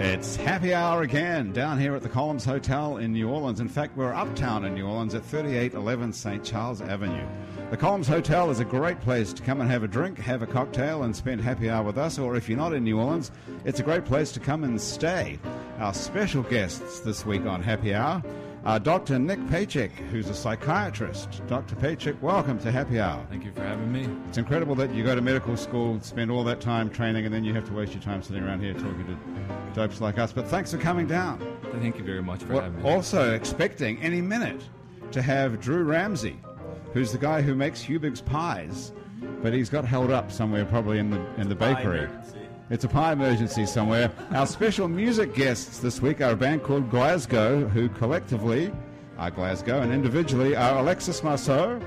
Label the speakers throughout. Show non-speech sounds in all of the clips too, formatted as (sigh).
Speaker 1: It's happy hour again down here at the Collins Hotel in New Orleans. In fact, we're uptown in New Orleans at 3811 St. Charles Avenue. The Collins Hotel is a great place to come and have a drink, have a cocktail, and spend happy hour with us. Or if you're not in New Orleans, it's a great place to come and stay. Our special guests this week on Happy Hour are Dr. Nick Paycheck, who's a psychiatrist. Dr. Paycheck, welcome to Happy Hour.
Speaker 2: Thank you for having me.
Speaker 1: It's incredible that you go to medical school, spend all that time training, and then you have to waste your time sitting around here talking to dopes like us. But thanks for coming down.
Speaker 2: Thank you very much for
Speaker 1: We're
Speaker 2: having me.
Speaker 1: also expecting any minute to have Drew Ramsey, who's the guy who makes Hubig's pies, but he's got held up somewhere, probably in the in the bakery. It's a pie emergency somewhere. Our special music guests this week are a band called Glasgow, who collectively are Glasgow and individually are Alexis Marceau,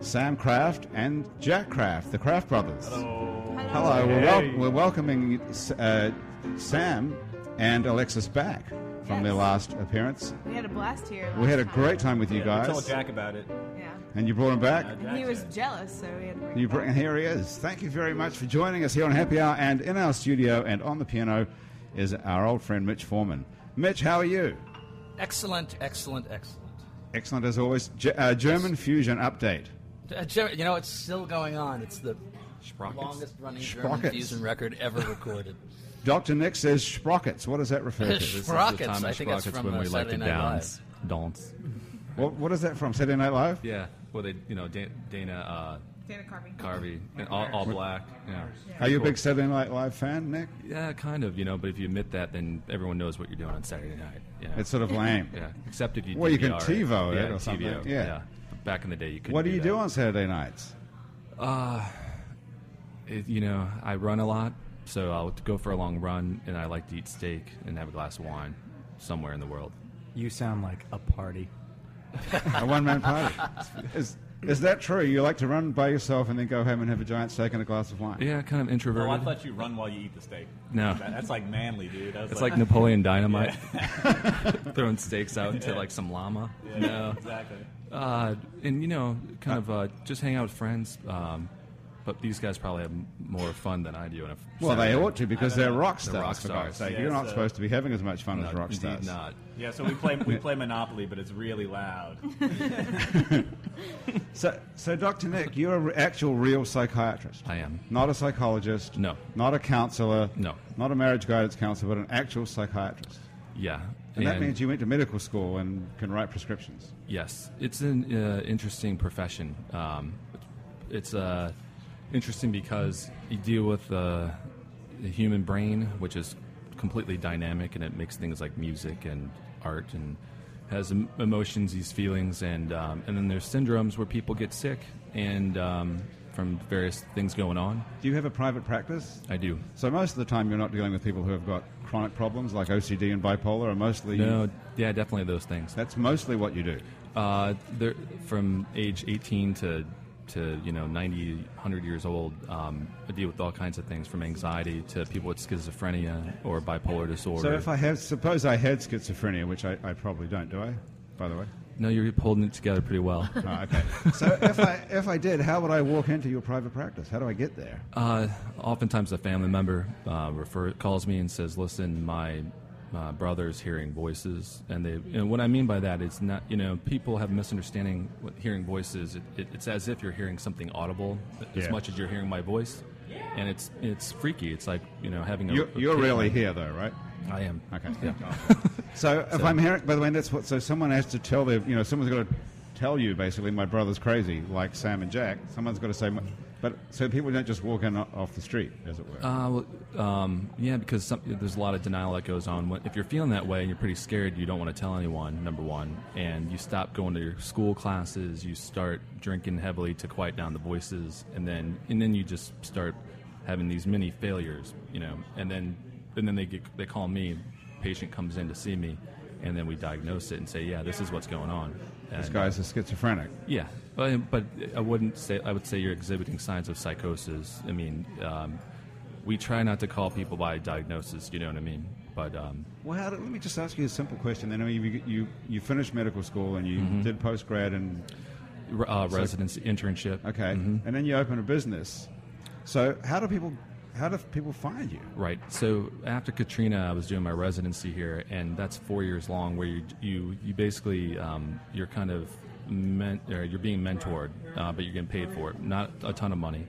Speaker 1: Sam Craft, and Jack Craft, the Craft brothers. Hello, we're, wel- we're welcoming uh, Sam and Alexis back from their
Speaker 3: Yes.
Speaker 1: last appearance.
Speaker 3: We had a blast here.
Speaker 1: We had a
Speaker 3: last
Speaker 1: great time with you
Speaker 4: Yeah, I told
Speaker 1: guys,
Speaker 4: Jack about it.
Speaker 3: Yeah.
Speaker 1: and you brought him
Speaker 4: Uh,
Speaker 1: back.
Speaker 4: Jack
Speaker 3: And he was
Speaker 4: said-
Speaker 3: jealous, so we had to bring
Speaker 1: You bring, here he is. Thank you very much for joining us here on Happy Hour, and in our studio and on the piano is our old friend Mitch Foreman. Mitch, how are you?
Speaker 5: Excellent, excellent, excellent.
Speaker 1: Excellent as always. Ge- uh, German fusion update.
Speaker 5: Uh, Jerry, you know, it's still going on. It's the longest running German
Speaker 1: Sprockets.
Speaker 5: fusion record ever recorded.
Speaker 1: Dr. Nick says sprockets. What does that refer
Speaker 2: (laughs)
Speaker 1: to?
Speaker 5: Sprockets,
Speaker 2: This is the time
Speaker 5: I
Speaker 2: of
Speaker 5: think that's
Speaker 2: Sprockets
Speaker 5: from
Speaker 2: when
Speaker 5: uh,
Speaker 2: we like
Speaker 5: Saturday
Speaker 2: to
Speaker 5: Night
Speaker 2: dance. Dance.
Speaker 1: what, what is that from? Saturday Night Live?
Speaker 2: Yeah. Well, they, you know, Dan- Dana
Speaker 3: Dana Carvey.
Speaker 2: uh, Carvey, and all, all black. Yeah.
Speaker 1: Are you a
Speaker 2: Cool.
Speaker 1: big Saturday Night Live fan, Nick?
Speaker 2: Yeah, kind of. You know, but if you admit that, then everyone knows what you're doing on Saturday night. Yeah.
Speaker 1: It's sort of lame.
Speaker 2: yeah. Except if you.
Speaker 1: Well, you can
Speaker 2: DVR it.
Speaker 1: TiVo it
Speaker 2: yeah,
Speaker 1: or something,
Speaker 2: TiVo,
Speaker 1: yeah.
Speaker 2: But Back in the day, you could.
Speaker 1: what do you
Speaker 2: that.
Speaker 1: do on Saturday nights?
Speaker 2: It, you know, I run a lot, so I'll go for a long run, and I like to eat steak and have a glass of wine somewhere in the world.
Speaker 6: You sound like a party.
Speaker 1: a one man
Speaker 2: (laughs)
Speaker 1: party. Is, is that true? You like to run by yourself and then go home and have a giant steak and a glass of wine?
Speaker 2: Yeah, kind of introverted.
Speaker 4: Oh, I thought you run while you eat the steak.
Speaker 2: No.
Speaker 4: That- that's like manly, dude. I was
Speaker 2: It's like Napoleon Dynamite throwing steaks out into like some llama.
Speaker 4: Yeah,
Speaker 2: No.
Speaker 4: exactly.
Speaker 2: Uh, and you know, kind of uh, just hang out with friends. Um, but these guys probably have m- more fun than I do. On a
Speaker 1: Well, they ought to because they're rock stars.
Speaker 2: They're rock
Speaker 1: for God's
Speaker 2: stars.
Speaker 1: sake.
Speaker 4: Yeah,
Speaker 1: You're not
Speaker 4: so-
Speaker 1: supposed to be having as much fun as
Speaker 2: No,
Speaker 1: rock
Speaker 2: indeed
Speaker 1: stars.
Speaker 2: not.
Speaker 4: Yeah, so we play we play Monopoly, but it's really loud.
Speaker 1: So, so Dr. Nick, you're an actual real psychiatrist.
Speaker 2: I am.
Speaker 1: Not a psychologist.
Speaker 2: No.
Speaker 1: Not a counselor.
Speaker 2: No.
Speaker 1: Not a marriage guidance counselor, but an actual psychiatrist.
Speaker 2: Yeah.
Speaker 1: And, that means you went to medical school and can write prescriptions.
Speaker 2: Yes, it's an uh, interesting profession. Um, it's uh, interesting because you deal with uh, the human brain, which is completely dynamic, and it makes things like music and art and has em- emotions, these feelings, and um, and then there's syndromes where people get sick and um, from various things going on.
Speaker 1: Do you have a private practice?
Speaker 2: I do.
Speaker 1: So most of the time, you're not dealing with people who have got chronic problems like OCD and bipolar, or mostly
Speaker 2: No, yeah, definitely those things.
Speaker 1: That's mostly what you do.
Speaker 2: Uh, they're from age 18 to to you know 90, 100 years old. Um, I deal with all kinds of things, from anxiety to people with schizophrenia or bipolar disorder.
Speaker 1: So if I have, suppose I had schizophrenia, which I, I probably don't, do I? By the way.
Speaker 2: no, you're holding it together pretty well.
Speaker 1: Oh, okay. so if I if I did, how would I walk into your private practice? How do I get there?
Speaker 2: Uh, oftentimes, a family member uh, refer, calls me and says, "Listen, my my brother's hearing voices," and they. And what I mean by that is not, you know, people have a misunderstanding what hearing voices. It, it, it's as if you're hearing something audible as
Speaker 1: Yeah.
Speaker 2: much as you're hearing my voice, and it's it's freaky. It's like you know having a.
Speaker 1: You're,
Speaker 2: a
Speaker 1: you're
Speaker 2: kid-
Speaker 1: really here, though, right?
Speaker 2: I am.
Speaker 1: Okay. (laughs) so if I'm hearing, by the way, that's what. So someone has to tell their, you know, someone's got to tell you basically, my brother's crazy, like Sam and Jack. Someone's got to say, my- but so people don't just walk in o- off the street, as it were.
Speaker 2: Uh, well, um, yeah, because some, there's a lot of denial that goes on. When- If you're feeling that way and you're pretty scared, you don't want to tell anyone, number one. And you stop going to your school classes, you start drinking heavily to quiet down the voices, and then, and then you just start having these mini failures, you know. And then, and then they, get, they call me, patient comes in to see me, and then we diagnose it and say, yeah, this is what's going on.
Speaker 1: this
Speaker 2: And-
Speaker 1: guy's a schizophrenic.
Speaker 2: yeah, but, but I wouldn't say I would say you're exhibiting signs of psychosis. I mean, um, we try not to call people by diagnosis. You know what I mean? But um,
Speaker 1: Well, how do, let me just ask you a simple question. Then, I mean, you, you you finished medical school and you did post grad and
Speaker 2: re- uh, residency internship.
Speaker 1: Mm-hmm. okay, and then you open a business. So, how do people how do people find you?
Speaker 2: Right. So after Katrina, I was doing my residency here, and that's four years long, where you you you basically um, you're kind of men, or you're being mentored, uh, but you're getting paid for it, not a ton of money.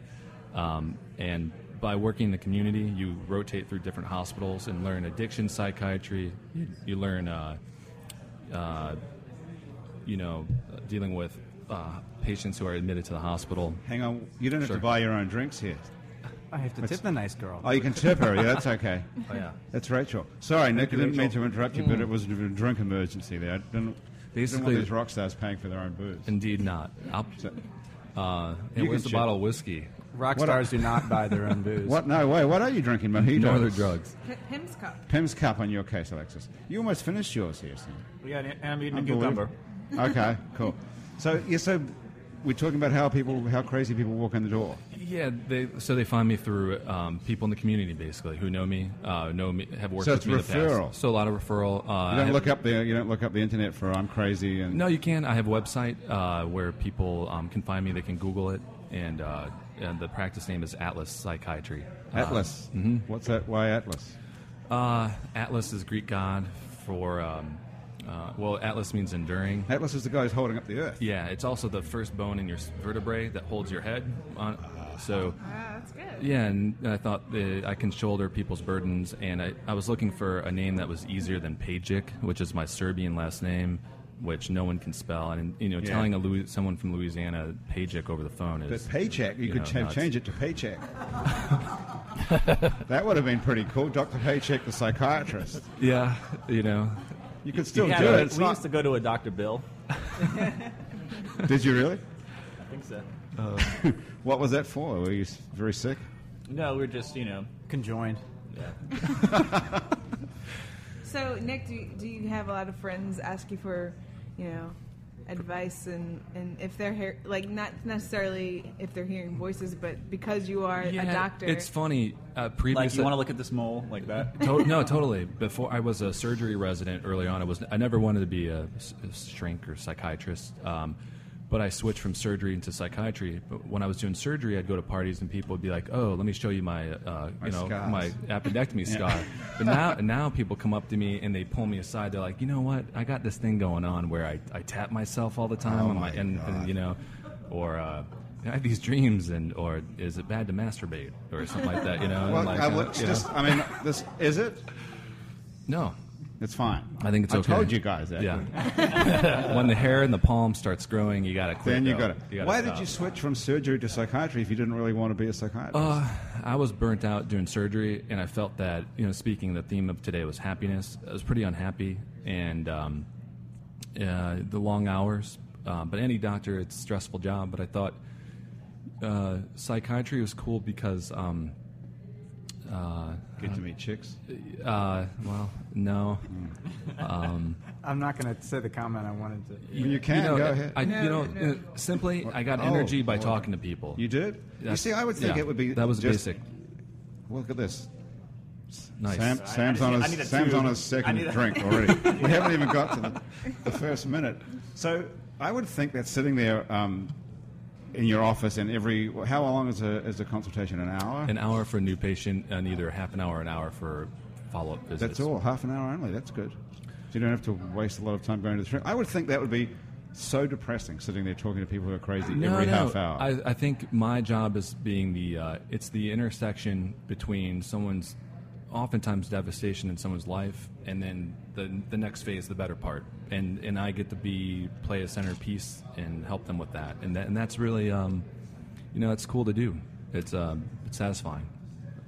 Speaker 2: Um, and by working in the community, you rotate through different hospitals and learn addiction psychiatry. You, you learn. Uh, you know, dealing with uh, patients who are admitted to the hospital.
Speaker 1: Hang on, you don't have
Speaker 2: Sure.
Speaker 1: to buy your own drinks here.
Speaker 6: I have to tip the nice girl.
Speaker 1: Oh, you can tip her. Yeah,
Speaker 6: (laughs)
Speaker 1: that's okay.
Speaker 2: Oh, yeah.
Speaker 1: That's Rachel. Sorry, Nick, I
Speaker 2: you,
Speaker 1: didn't mean
Speaker 2: Rachel.
Speaker 1: to interrupt
Speaker 6: Mm.
Speaker 1: you, but it was a drunk emergency there. I didn't, didn't
Speaker 2: Basically-
Speaker 1: want these rock stars paying for their own booze.
Speaker 2: Indeed not. I'll, uh,
Speaker 1: You
Speaker 2: and where's
Speaker 1: can
Speaker 2: the
Speaker 1: check.
Speaker 2: bottle of whiskey?
Speaker 6: Rock
Speaker 1: What
Speaker 6: stars do not buy their own booze.
Speaker 1: what? No way. What are you drinking, mojito?
Speaker 2: No other drugs.
Speaker 3: P- Pim's cup.
Speaker 1: Pim's cup on your case, Alexis. You almost finished yours here, Sam.
Speaker 4: We got an, and I'm eating a
Speaker 1: Unbelievable.
Speaker 4: cucumber.
Speaker 1: okay, cool. So, yeah, so we're talking about how people, how crazy people walk in the door.
Speaker 2: Yeah, they, so they find me through um, people in the community, basically, who know me, uh, know me, have worked
Speaker 1: So
Speaker 2: with
Speaker 1: it's
Speaker 2: me in the
Speaker 1: referral.
Speaker 2: past. So a lot of referral. Uh,
Speaker 1: You don't look up the, you don't look up the internet for "I'm crazy" and
Speaker 2: No, you can. I have a website uh, where people um, can find me. They can Google it, and uh, and the practice name is Atlas Psychiatry.
Speaker 1: Atlas. mm-hmm. What's that? Why Atlas?
Speaker 2: Uh, Atlas is Greek god for um, uh, well, Atlas means enduring.
Speaker 1: Atlas is the guy who's holding up the earth.
Speaker 2: Yeah, it's also the first bone in your s- vertebrae that holds your head. On, so,
Speaker 3: Wow, Oh, that's good.
Speaker 2: yeah, and I thought that I can shoulder people's burdens, and I, I was looking for a name that was easier than Pajic, which is my Serbian last name, which no one can spell. And, you know,
Speaker 1: Yeah.
Speaker 2: telling a Louis, someone from Louisiana Pajic over the phone is.
Speaker 1: But paycheck, you,
Speaker 2: You
Speaker 1: could
Speaker 2: know,
Speaker 1: cha-
Speaker 2: nuts.
Speaker 1: change it to paycheck. that would have been pretty cool, Doctor Paycheck, the psychiatrist.
Speaker 2: yeah, you know.
Speaker 1: You could still
Speaker 4: Yeah,
Speaker 1: do
Speaker 4: we-
Speaker 1: it. It's
Speaker 4: we
Speaker 1: not-
Speaker 4: used to go to a Dr. Bill.
Speaker 1: Did you really?
Speaker 4: I think so.
Speaker 1: What was that for? Were you s- very sick?
Speaker 4: No, we were just, you know,
Speaker 6: Conjoined.
Speaker 3: So, Nick, do you, do you have a lot of friends ask you for, you know, advice and, and if they're hear, like not necessarily if they're hearing voices, but because you are a
Speaker 2: Yeah,
Speaker 3: doctor,
Speaker 2: It's funny. Uh, previous
Speaker 4: like, you want to look at this mole like
Speaker 7: (laughs)
Speaker 4: that?
Speaker 2: to- no, totally. Before I was a surgery resident early on, I was I never wanted to be a, s- a shrink or psychiatrist. Um, but I switched from surgery into psychiatry. But when I was doing surgery, I'd go to parties and people would be like, "Oh, let me show you my, uh, you
Speaker 1: My
Speaker 2: know,
Speaker 1: scars.
Speaker 2: my appendectomy scar." But now, now people come up to me and they pull me aside. They're like, "You know what? I got this thing going on where I, I tap myself all the time,
Speaker 1: Oh
Speaker 2: on
Speaker 1: my
Speaker 2: and,
Speaker 1: God.
Speaker 2: and you know, or uh, I have these dreams, and or is it bad to masturbate or something like that? You know, and
Speaker 1: Well,
Speaker 2: like,
Speaker 1: I,
Speaker 2: uh,
Speaker 1: would-
Speaker 2: you know.
Speaker 1: just, I mean, this is it.
Speaker 2: no.
Speaker 1: It's fine.
Speaker 2: I think it's okay.
Speaker 1: I told you guys that.
Speaker 2: Yeah. (laughs) when the hair in the palm starts growing, you got to quit.
Speaker 1: Then you
Speaker 2: though.
Speaker 1: got it.
Speaker 2: gotta
Speaker 1: Why
Speaker 2: stop.
Speaker 1: did you switch from surgery to psychiatry if you didn't really want to be a psychiatrist?
Speaker 2: Uh, I was burnt out doing surgery, and I felt that you know, speaking the theme of today was happiness. I was pretty unhappy, and um, uh, the long hours. Uh, but any doctor, it's a stressful job. But I thought uh, psychiatry was cool because, um,
Speaker 1: Good to meet chicks.
Speaker 2: uh, well, no,
Speaker 6: I'm not going to say the comment I wanted to.
Speaker 1: You, can
Speaker 2: you know,
Speaker 1: go ahead.
Speaker 2: I, you know,
Speaker 3: No, no.
Speaker 2: uh, simply, I got
Speaker 1: Oh,
Speaker 2: energy by
Speaker 1: well,
Speaker 2: talking to people.
Speaker 1: you did. You
Speaker 2: That's-
Speaker 1: see, I would think
Speaker 2: yeah,
Speaker 1: it would be
Speaker 2: that was
Speaker 1: just-
Speaker 2: basic.
Speaker 1: Well, look at this.
Speaker 2: Nice.
Speaker 1: Sam,
Speaker 4: I- I
Speaker 1: Sam's,
Speaker 4: just-
Speaker 1: on
Speaker 4: I need a
Speaker 1: his, Sam's
Speaker 4: two.
Speaker 1: on his
Speaker 4: I
Speaker 1: second
Speaker 4: need a-
Speaker 1: drink
Speaker 4: (laughs)
Speaker 1: already. We haven't even got to the, the first minute. So I would think that sitting there um, in your office and every how long is a is a consultation? An hour.
Speaker 2: an hour for a new patient and either half an hour or an hour for follow-up visits.
Speaker 1: That's all. Half an hour only. That's good. So you don't have to waste a lot of time going to the shrink. I would think that would be so depressing sitting there talking to people who are crazy
Speaker 2: No,
Speaker 1: every
Speaker 2: no.
Speaker 1: half hour.
Speaker 2: I, I think my job is being the uh, it's the intersection between someone's oftentimes devastation in someone's life and then the the next phase the better part and and I get to be play a centerpiece and help them with that and that, and that's really um, you know it's cool to do it's uh, it's satisfying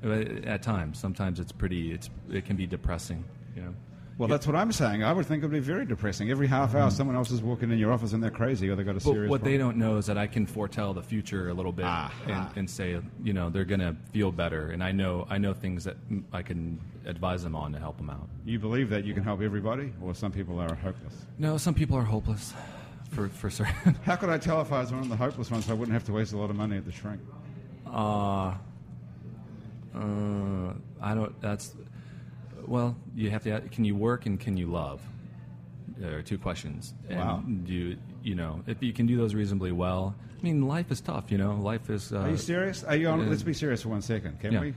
Speaker 2: But at times sometimes it's pretty it's it can be depressing you know
Speaker 1: well, that's what I'm saying. I would think it would be very depressing. Every half hour, someone else is walking in your office and they're crazy or they've got a
Speaker 2: Mm-hmm. But
Speaker 1: serious
Speaker 2: what they
Speaker 1: problem.
Speaker 2: don't know is that I can foretell the future a little bit
Speaker 1: Ah,
Speaker 2: and,
Speaker 1: ah.
Speaker 2: and say, you know, they're going to feel better, and I know I know things that mm, I can advise them on to help them out.
Speaker 1: You believe that you can help everybody, or some people are hopeless.
Speaker 2: No, some people are hopeless, for for certain. (laughs)
Speaker 1: How could I tell if I was one of the hopeless ones? I wouldn't have to waste a lot of money at the shrink.
Speaker 2: Uh, I don't. That's well, you have to. a- Can you work and can you love? There are two questions. And
Speaker 1: Wow.
Speaker 2: Do you, you know if you can do those reasonably well? I mean, life is tough. You know, life is. Uh,
Speaker 1: Are you serious? Are you on?
Speaker 2: uh,
Speaker 1: let's be serious for one second, can
Speaker 2: yeah. Mm-hmm.
Speaker 1: we?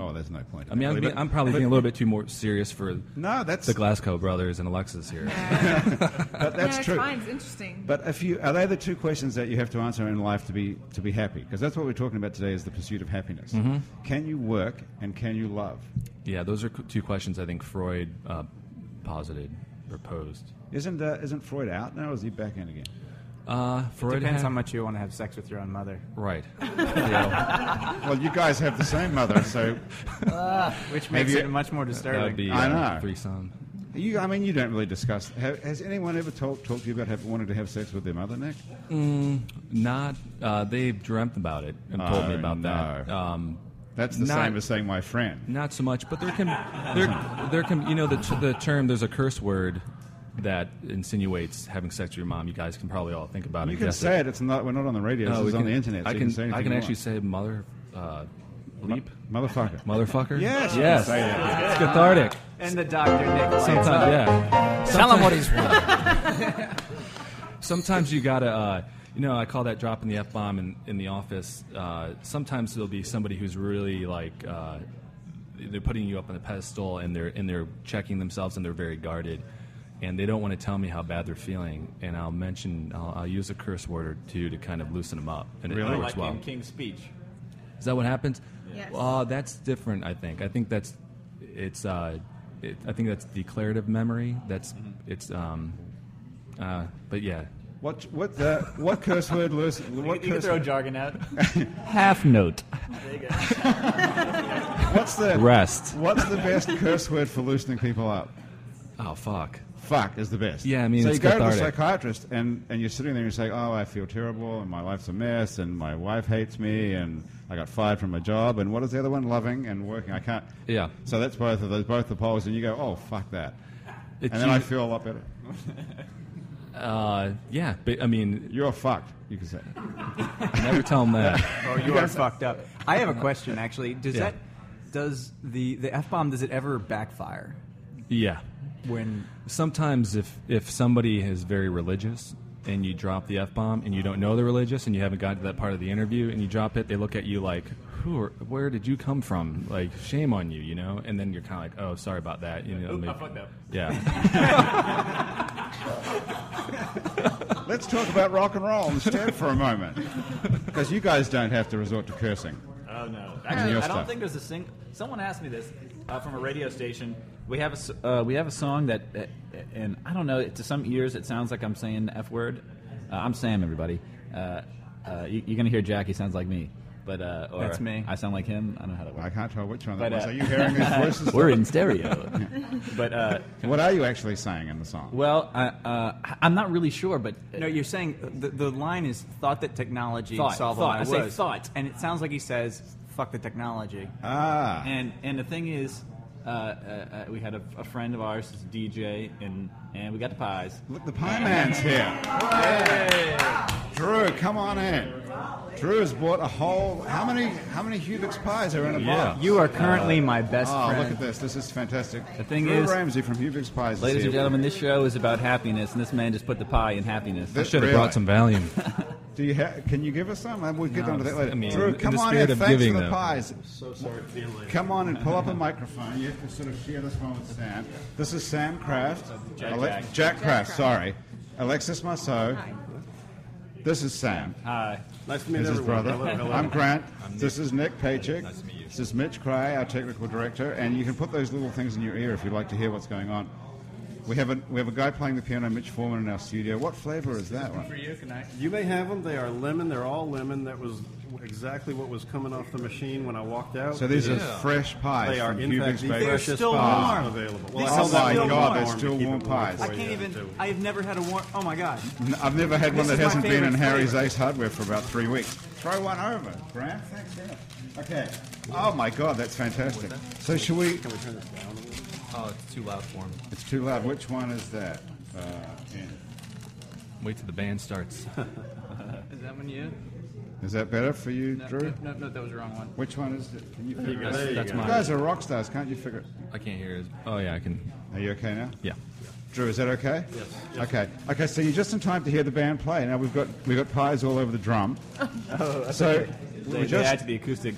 Speaker 1: Oh, there's no point. in
Speaker 2: I mean,
Speaker 1: that.
Speaker 2: I'm,
Speaker 1: But-
Speaker 2: being, I'm probably being a little bit too more serious for
Speaker 1: no, that's
Speaker 2: the Glasgow brothers and Alexis here.
Speaker 1: that-
Speaker 3: No,
Speaker 1: that's
Speaker 3: it's
Speaker 1: true.
Speaker 3: fine. It's interesting. (laughs)
Speaker 1: But if you are they the two questions that you have to answer in life to be to be happy? Because that's what we're talking about today is the pursuit of happiness.
Speaker 2: Mm-hmm.
Speaker 1: Can you work and can you love?
Speaker 2: Yeah, those are c- two questions I think Freud uh, posited or posed.
Speaker 1: Isn't uh, isn't Freud out now? Or is he back in again?
Speaker 2: Uh, Freud
Speaker 7: Depends
Speaker 2: had-
Speaker 7: how much you want to have sex with your own mother.
Speaker 2: Right. Yeah,
Speaker 1: Well, you guys have the same mother, so
Speaker 7: Which makes
Speaker 1: Maybe-
Speaker 7: it much more disturbing.
Speaker 2: that would be uh,
Speaker 1: I know.
Speaker 2: threesome.
Speaker 1: you. I mean, you don't really discuss. Have, has anyone ever talked talked to you about have, wanting to have sex with their mother, Nick?
Speaker 2: Not. Uh, they dreamt about it and told me
Speaker 1: Oh,
Speaker 2: about that.
Speaker 1: no.
Speaker 2: Um,
Speaker 1: That's the
Speaker 2: Not-
Speaker 1: same as saying my friend.
Speaker 2: not so much, but there can there there can you know the t- the term. There's a curse word that insinuates having sex with your mom. You guys can probably all think about it.
Speaker 1: You can
Speaker 2: guess
Speaker 1: say it. It's not. We're not on the radio.
Speaker 2: No,
Speaker 1: this
Speaker 2: we
Speaker 1: is on
Speaker 2: can-
Speaker 1: the internet. so
Speaker 2: I
Speaker 1: you
Speaker 2: can.
Speaker 1: say
Speaker 2: I
Speaker 1: anything
Speaker 2: can
Speaker 1: you
Speaker 2: actually
Speaker 1: want.
Speaker 2: say mother, uh, bleep,
Speaker 1: motherfucker.
Speaker 2: motherfucker.
Speaker 1: Yes, you
Speaker 2: (laughs)
Speaker 1: can
Speaker 2: Yes.
Speaker 1: say that.
Speaker 2: It's cathartic.
Speaker 7: and the doctor Nick. lights
Speaker 2: Sometimes,
Speaker 7: up.
Speaker 2: yeah.
Speaker 8: (laughs) Tell him what he's (laughs) won.
Speaker 2: Sometimes you gotta, uh, you know, I call that dropping the f bomb in, in the office. Uh, sometimes there'll be somebody who's really like, uh, they're putting you up on a pedestal and they're and they're checking themselves and they're very guarded, and they don't want to tell me how bad they're feeling. And I'll mention, I'll, I'll use a curse word or two to kind of loosen them up, and
Speaker 1: Really?
Speaker 2: it
Speaker 9: like
Speaker 2: works well.
Speaker 9: in King's speech.
Speaker 2: Is that what happens?
Speaker 3: Yes.
Speaker 2: Uh, that's different. I think. I think that's it's. Uh, it, I think that's declarative memory. That's it's. Um, uh, but yeah,
Speaker 1: What what the, what curse word?
Speaker 2: (laughs)
Speaker 1: Lewis,
Speaker 9: You,
Speaker 1: what
Speaker 9: you can
Speaker 1: curse?
Speaker 9: throw jargon out.
Speaker 2: half note
Speaker 1: What's the
Speaker 2: rest.
Speaker 1: What's the best curse word for loosening people up?
Speaker 2: Oh fuck.
Speaker 1: Fuck is the best.
Speaker 2: Yeah, I mean,
Speaker 1: so
Speaker 2: it's
Speaker 1: you go to the
Speaker 2: cathartic.
Speaker 1: psychiatrist and, and you're sitting there and you say, "Oh, I feel terrible, and my life's a mess, and my wife hates me, and I got fired from my job, and what is the other one? Loving and working. I can't."
Speaker 2: Yeah.
Speaker 1: So that's both of those, both the poles, and you go, "Oh, fuck that,"
Speaker 2: It's
Speaker 1: and then I
Speaker 2: you-
Speaker 1: feel a lot better.
Speaker 2: uh, yeah, but I mean,
Speaker 1: You're fucked. You can say.
Speaker 2: never tell them that.
Speaker 7: Oh, you are fucked up. I have a question actually. Does
Speaker 2: Yeah.
Speaker 7: that does the the f bomb does it ever backfire
Speaker 2: Yeah.
Speaker 7: when
Speaker 2: Sometimes if if somebody is very religious and you drop the f bomb and you don't know they're religious and you haven't gotten to that part of the interview and you drop it, they look at you like, "Who? Are, where did you come from? Like, shame on you," you know. And then you're kind of like, "Oh, sorry about that," you know.
Speaker 9: Oop, I
Speaker 2: maybe-
Speaker 9: fucked up.
Speaker 2: Yeah.
Speaker 1: Let's talk about rock and roll instead for a (laughs) moment, because you guys don't have to resort to cursing.
Speaker 9: Oh no!
Speaker 1: your
Speaker 9: Actually, I
Speaker 1: stuff.
Speaker 9: don't think there's a sing. Someone asked me this uh, from a radio station. We have a s- uh, we have a song that, that- and I don't know. To some ears, it sounds like I'm saying the f word. Uh, I'm Sam, everybody. Uh, uh, you, you're gonna hear Jackie sounds like me, but uh, or
Speaker 7: That's me.
Speaker 9: I sound like him. I don't know how that
Speaker 1: I
Speaker 9: works.
Speaker 1: can't tell which one that
Speaker 9: But,
Speaker 1: was.
Speaker 9: uh,
Speaker 1: Are you hearing
Speaker 9: (laughs)
Speaker 1: these
Speaker 7: (laughs)
Speaker 1: voices?
Speaker 9: We're in stereo, but uh,
Speaker 1: what are you actually saying in the song?
Speaker 9: well, I, uh, I'm not really sure. But uh,
Speaker 7: No, you're saying the, the line is thought that technology
Speaker 9: Thought,
Speaker 7: solved
Speaker 9: thought.
Speaker 7: all my
Speaker 9: I say
Speaker 7: woes."
Speaker 9: thought.
Speaker 7: and it sounds like he says fuck the technology.
Speaker 1: Ah.
Speaker 9: And and the thing is, uh, uh, uh, we had a, a friend of ours, this DJ, and and we got the pies.
Speaker 1: Look, the Pie Man's here. Drew, come on in. Drew has bought a whole. How many? How many Hubix pies are in a
Speaker 2: (laughs) Yeah.
Speaker 1: box?
Speaker 7: You are currently
Speaker 9: Uh,
Speaker 7: my best
Speaker 1: Oh,
Speaker 7: friend.
Speaker 1: look at this! This is fantastic.
Speaker 9: The thing
Speaker 1: Drew
Speaker 9: is-
Speaker 1: Ramsey from Hubix Pies. is
Speaker 9: Ladies
Speaker 1: here.
Speaker 9: and gentlemen, this show is about happiness, and this man just put the pie in happiness.
Speaker 1: This-
Speaker 2: Should have
Speaker 1: really?
Speaker 2: brought some Valium.
Speaker 1: Do you ha- can you give us some? And We'll get
Speaker 2: No,
Speaker 1: onto that later.
Speaker 2: I mean, in
Speaker 1: Drew,
Speaker 2: the
Speaker 1: come on
Speaker 2: spirit
Speaker 1: in.
Speaker 2: of
Speaker 1: Thanks
Speaker 2: giving,
Speaker 1: for the
Speaker 2: though.
Speaker 1: pies. so sorry. Come on and pull up a microphone. You have to sort of share this one with Sam. This is Sam Kraft.
Speaker 9: Jack
Speaker 1: Ale-
Speaker 9: Jack.
Speaker 1: Jack Kraft.
Speaker 3: Kraft.
Speaker 1: Sorry, Alexis Marceau.
Speaker 3: Hi.
Speaker 1: This is Sam.
Speaker 9: Hi.
Speaker 10: Nice to meet
Speaker 1: This is
Speaker 10: everyone.
Speaker 1: brother.
Speaker 10: Hello, hello.
Speaker 1: I'm Grant. This is Nick Pajic. This is Mitch Cray, our technical director. And you can put those little things in your ear if you'd like to hear what's going on. We have a we have a guy playing the piano, Mitch Foreman, in our studio. What flavor is that one?
Speaker 10: You may have them. They are lemon. They're all lemon. That was exactly what was coming off the machine when I walked out.
Speaker 1: So these are fresh pies.
Speaker 10: They are,
Speaker 1: from
Speaker 10: in
Speaker 1: Hubig's
Speaker 10: fact, the
Speaker 1: Bakery.
Speaker 10: freshest
Speaker 7: still
Speaker 10: pies
Speaker 7: warm.
Speaker 10: available.
Speaker 7: These
Speaker 10: I
Speaker 7: are
Speaker 10: held that
Speaker 7: still
Speaker 10: to
Speaker 7: warm.
Speaker 10: warm
Speaker 7: They're
Speaker 10: to
Speaker 1: still
Speaker 10: keep it
Speaker 1: warm pies.
Speaker 10: for
Speaker 7: Uh, I
Speaker 1: Oh,
Speaker 10: you,
Speaker 7: can't even.
Speaker 10: too.
Speaker 7: I have never had a warm. Oh my god!
Speaker 1: N- I've never had one
Speaker 7: This
Speaker 1: that
Speaker 7: is my
Speaker 1: hasn't been in
Speaker 7: favorite
Speaker 1: Harry's
Speaker 7: flavor.
Speaker 1: Ace Hardware for about three weeks. Throw one over, Grant. Thanks, Grant. Okay. Oh my God, that's fantastic. So should we?
Speaker 10: Can we turn this down a little?
Speaker 2: oh, it's too loud for him.
Speaker 1: It's too loud. Which one is that? Uh, in.
Speaker 2: Wait till the band
Speaker 8: (laughs)
Speaker 2: starts.
Speaker 7: Is that one you?
Speaker 1: Is that better for you, Drew?
Speaker 7: no, no, that was the wrong one.
Speaker 1: Which one is it? Can you figure it
Speaker 10: There
Speaker 1: out?
Speaker 10: you
Speaker 2: That's
Speaker 10: go.
Speaker 1: You
Speaker 2: mine.
Speaker 1: guys are rock stars, can't you figure it?
Speaker 2: I can't hear. His, oh yeah, I can.
Speaker 1: Are you okay now?
Speaker 2: Yeah.
Speaker 1: Drew, is that okay? Yes. Okay. Okay. So you're just in time to hear the band play. Now
Speaker 7: (laughs) Oh,
Speaker 1: we've got we've got pies all over the drum. so
Speaker 9: They,
Speaker 1: we
Speaker 9: they
Speaker 1: just
Speaker 9: add to the acoustic.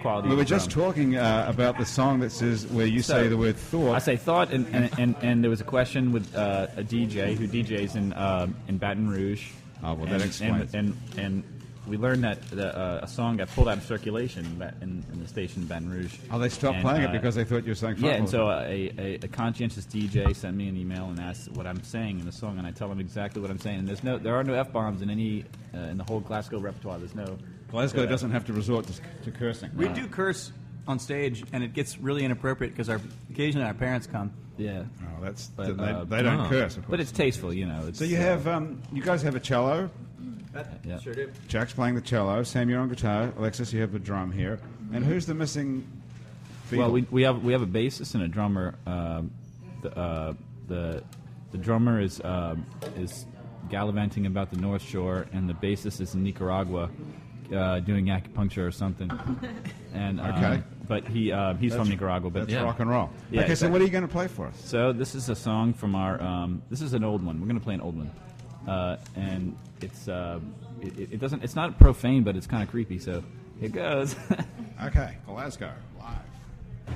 Speaker 9: quality.
Speaker 1: We
Speaker 9: of
Speaker 1: were
Speaker 9: the
Speaker 1: just
Speaker 9: drum.
Speaker 1: talking uh, about the song that says where you
Speaker 9: So-
Speaker 1: say the word thought.
Speaker 9: I say thought, and and, and, and there was a question with uh, a DJ who DJs in um in Baton Rouge.
Speaker 1: Ah, well, that
Speaker 9: and,
Speaker 1: explains.
Speaker 9: And, and and we learned that the, uh, a song got pulled out of circulation in, Bat- in, in the station in Baton Rouge.
Speaker 1: Oh, they stopped
Speaker 9: And,
Speaker 1: playing it
Speaker 9: uh,
Speaker 1: because they thought you were saying
Speaker 9: yeah, and
Speaker 1: thought.
Speaker 9: so a, a, a conscientious DJ sent me an email and asked what I'm saying in the song, and I tell him exactly what I'm saying. And there's no, there are no f bombs in any uh, in the whole Glasgow repertoire. There's no
Speaker 1: Glasgow doesn't have to resort to, to cursing.
Speaker 7: We do curse on stage, and it gets really inappropriate because our occasionally our parents come.
Speaker 9: Yeah,
Speaker 1: Oh, that's then
Speaker 9: But,
Speaker 1: they,
Speaker 9: uh,
Speaker 1: they don't
Speaker 11: no.
Speaker 1: curse, of course.
Speaker 9: but it's tasteful, you know. It's,
Speaker 1: so you
Speaker 9: uh,
Speaker 1: have um, you guys have a cello.
Speaker 9: yeah.
Speaker 1: Jack's playing the cello. Sam, you're on guitar. Alexis, you have the drum here. And who's the missing? Fiddle?
Speaker 9: Well, we, we have we have a bassist and a drummer. Um, the, uh, the the drummer is um is gallivanting about the North Shore, and the bassist is in Nicaragua uh, doing acupuncture or something. And um,
Speaker 1: Okay.
Speaker 9: but he uh, he's
Speaker 1: That's-
Speaker 9: from Nicaragua. But
Speaker 1: that's
Speaker 11: Yeah.
Speaker 1: rock and roll.
Speaker 9: Yeah,
Speaker 1: okay, so
Speaker 9: exactly.
Speaker 1: what are you going to play for us?
Speaker 9: so this is a song from our um, this is an old one. We're gonna play an old one, uh, and it's uh, it, it- it doesn't it's not profane, but it's kind of creepy. So it goes. (laughs)
Speaker 1: Okay, Glasgow live.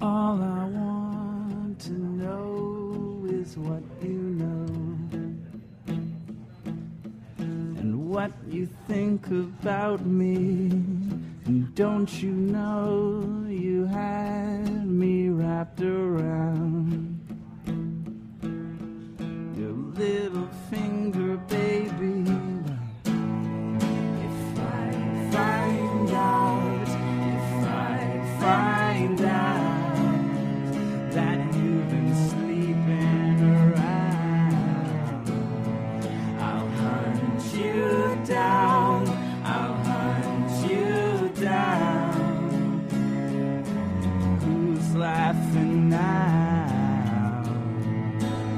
Speaker 7: All I want to know is what you know and what you think about me. And don't you know you had me wrapped around your little finger, baby? But If I find out, if I find out that you've been sleeping around. I'll hunt you down. I'll hunt you down. Who's laughing now?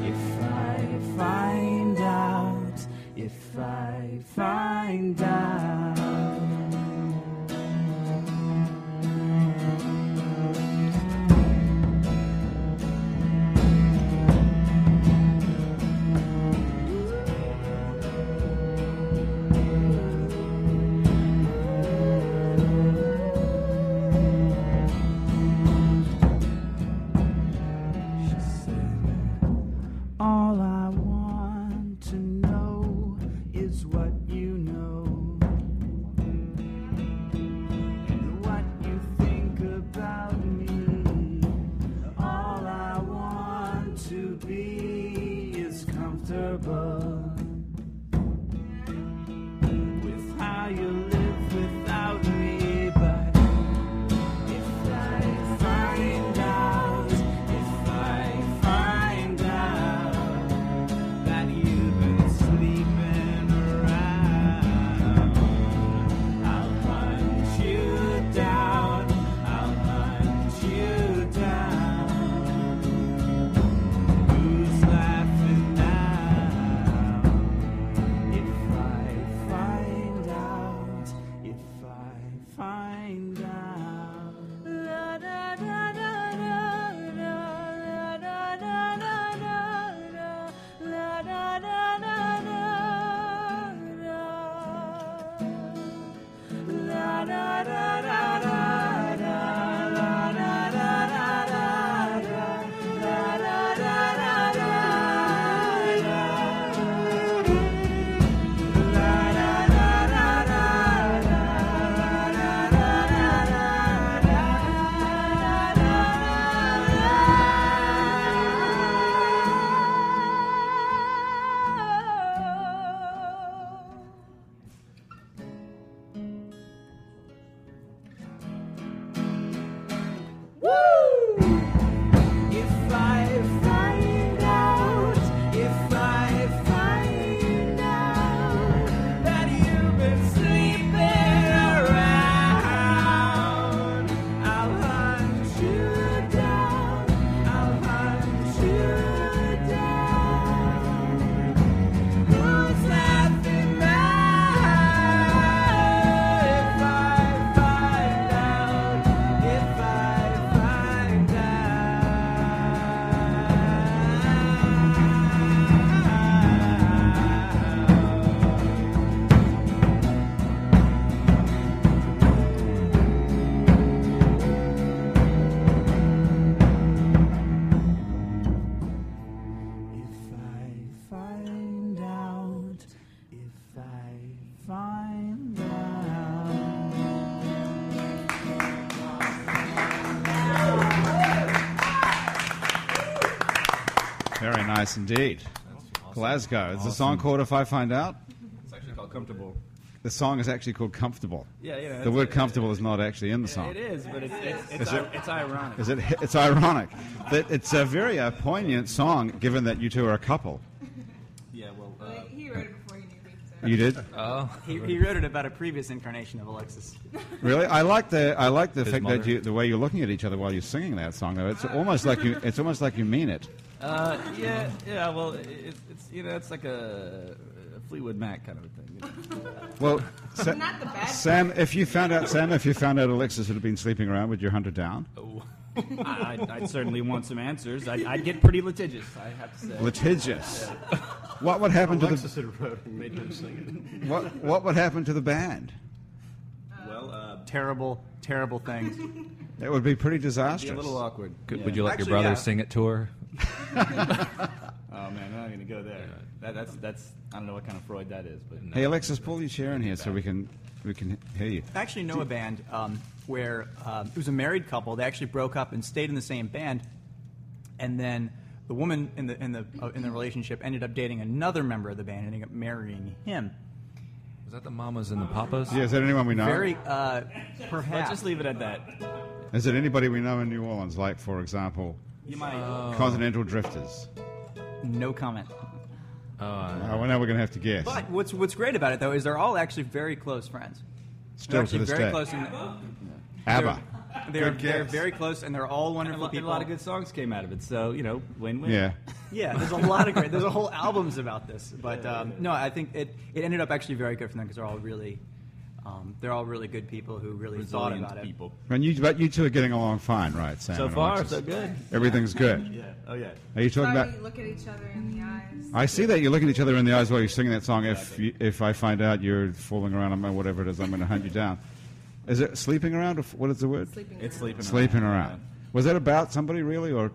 Speaker 7: If I find out, if I find out. She said, All I want to know is what you know
Speaker 4: find out.
Speaker 1: Very nice indeed. Glasgow. It's a song called If I Find Out.
Speaker 7: It's actually called Comfortable.
Speaker 1: The song is actually called Comfortable.
Speaker 7: Yeah, yeah,
Speaker 1: The
Speaker 7: that's-
Speaker 1: word comfortable is not actually in the song.
Speaker 7: It is, but it's it's, it's,
Speaker 1: Is
Speaker 7: ir-
Speaker 1: it-
Speaker 7: it's ironic.
Speaker 1: Is it? It's ironic. But it's a very uh, poignant song, given that you two are a couple.
Speaker 7: Yeah, well, uh,
Speaker 3: Like, he wrote it before he knew me. So.
Speaker 1: You did
Speaker 2: Oh,
Speaker 7: he, he wrote it about a previous incarnation of Alexis.
Speaker 1: really. I like the I like the
Speaker 2: His
Speaker 1: fact that
Speaker 2: mother.
Speaker 1: you the way you're looking at each other while you're singing that song. Though it's almost like you it's almost like you mean it.
Speaker 7: Uh, yeah, yeah. Well, it, it's you know, it's like a, a Fleetwood Mac kind of a thing.
Speaker 1: Well, Sa-
Speaker 3: Not the bad.
Speaker 1: Sam, if you found out Sam, if you found out Alexis had been sleeping around, would you hunt her down?
Speaker 4: I, I'd, I'd certainly want some answers. I'd, I'd get pretty litigious, I have to say.
Speaker 1: Litigious. What would happen to the
Speaker 10: Alexis had wrote and made him sing it.
Speaker 1: what What would happen to the band?
Speaker 7: Well, uh, terrible, terrible things. It'd
Speaker 1: It would be pretty
Speaker 7: be a
Speaker 1: disastrous.
Speaker 7: little uh, awkward.
Speaker 2: Could,
Speaker 7: Yeah.
Speaker 2: Would you let
Speaker 10: Actually,
Speaker 2: your brother
Speaker 10: yeah.
Speaker 2: sing it to her?
Speaker 7: Oh man, I'm not gonna go there. That, that's that's I don't know what kind of Freud that is, but
Speaker 1: Hey, Alexis, pull your chair in here so we can we can hear you.
Speaker 7: I actually know a band um, where um, it was a married couple. They actually broke up and stayed in the same band, and then the woman in the in the uh, in the relationship ended up dating another member of the band, ending up marrying him.
Speaker 2: Was that the Mamas and the Papas?
Speaker 1: Yeah, is that anyone we know?
Speaker 7: Ah, Very uh,
Speaker 4: Let's
Speaker 7: perhaps.
Speaker 4: just leave it at that.
Speaker 1: Is it anybody we know in New Orleans? Like, for example,
Speaker 4: You might.
Speaker 7: Uh,
Speaker 1: continental drifters.
Speaker 7: no comment.
Speaker 1: Oh, well, now we're going to have to guess.
Speaker 7: But what's what's great about it though is they're all actually very close friends. They're
Speaker 1: Still to
Speaker 7: actually
Speaker 1: this
Speaker 7: very
Speaker 1: day,
Speaker 7: close. In,
Speaker 1: ABBA.
Speaker 7: They're,
Speaker 1: Good
Speaker 7: they're
Speaker 1: guess.
Speaker 7: very close, and they're all
Speaker 4: and a,
Speaker 7: wonderful
Speaker 4: lot, and a
Speaker 7: people.
Speaker 4: lot of good songs came out of it, so, you know, win win.
Speaker 1: Yeah,
Speaker 7: Yeah, there's a lot of great. There's a whole albums about this, but um, no, I think it, it ended up actually very good for them because they're all really, um, they're all really good people who really thought
Speaker 4: Resilient
Speaker 7: about it.
Speaker 4: people.
Speaker 1: and you but you two are getting along fine, right? Sam
Speaker 4: So
Speaker 1: and
Speaker 4: far,
Speaker 1: Alexis?
Speaker 4: so good.
Speaker 1: Everything's good.
Speaker 4: Yeah. Oh, yeah.
Speaker 1: Are you
Speaker 3: Sorry,
Speaker 1: talking about?
Speaker 3: you look at each other in the eyes.
Speaker 1: I see that you look at each other in the eyes while you're singing that song. If you, if I find out you're fooling around, I'm whatever it is, I'm going to hunt you down. Is it sleeping around? Or f- what is the word?
Speaker 3: Sleeping
Speaker 4: It's
Speaker 3: around.
Speaker 4: sleeping.
Speaker 1: Sleeping around. Was that about somebody really, or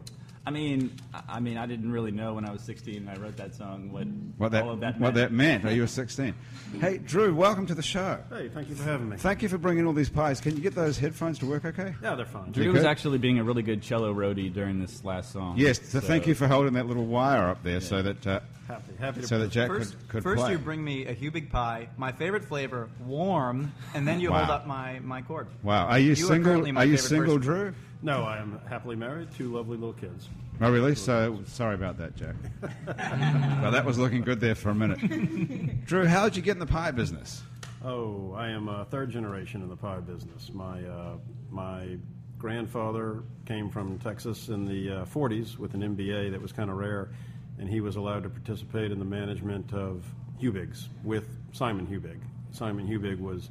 Speaker 4: I mean, I- I mean, I didn't really know when I was 16. and I wrote that song. What,
Speaker 1: what that,
Speaker 4: all
Speaker 9: Oh,
Speaker 4: of that meant.
Speaker 1: what that meant? Are you were 16? Hey, Drew, welcome to the show.
Speaker 10: Hey, thank you for having me.
Speaker 1: Thank you for bringing all these pies. Can you get those headphones to work okay?
Speaker 10: yeah, they're fine.
Speaker 4: Drew was
Speaker 1: Okay.
Speaker 4: actually being a really good cello roadie during this last song.
Speaker 1: Yes, so thank
Speaker 4: so-
Speaker 1: you for holding that little wire up there so that uh,
Speaker 10: Happy, happy to
Speaker 1: so that Jack
Speaker 7: First,
Speaker 1: could, could
Speaker 7: first
Speaker 1: play.
Speaker 7: you bring me a Hubig pie, my favorite flavor, warm, and then you
Speaker 1: Wow.
Speaker 7: hold up my, my cord.
Speaker 1: wow, are you,
Speaker 7: You are
Speaker 1: single?
Speaker 7: currently my
Speaker 1: Are you
Speaker 7: favorite
Speaker 1: single,
Speaker 7: person.
Speaker 1: Drew?
Speaker 10: No, I am happily married, two lovely little kids.
Speaker 1: Oh, really? So sorry about that, Jack. (laughs) well, that was looking good there for a minute. Drew, how did you get in the pie business?
Speaker 10: Oh, I am uh, third generation in the pie business. My uh, my grandfather came from Texas in the uh, 40s with an MBA that was kind of rare, and he was allowed to participate in the management of Hubigs with Simon Hubig. Simon Hubig was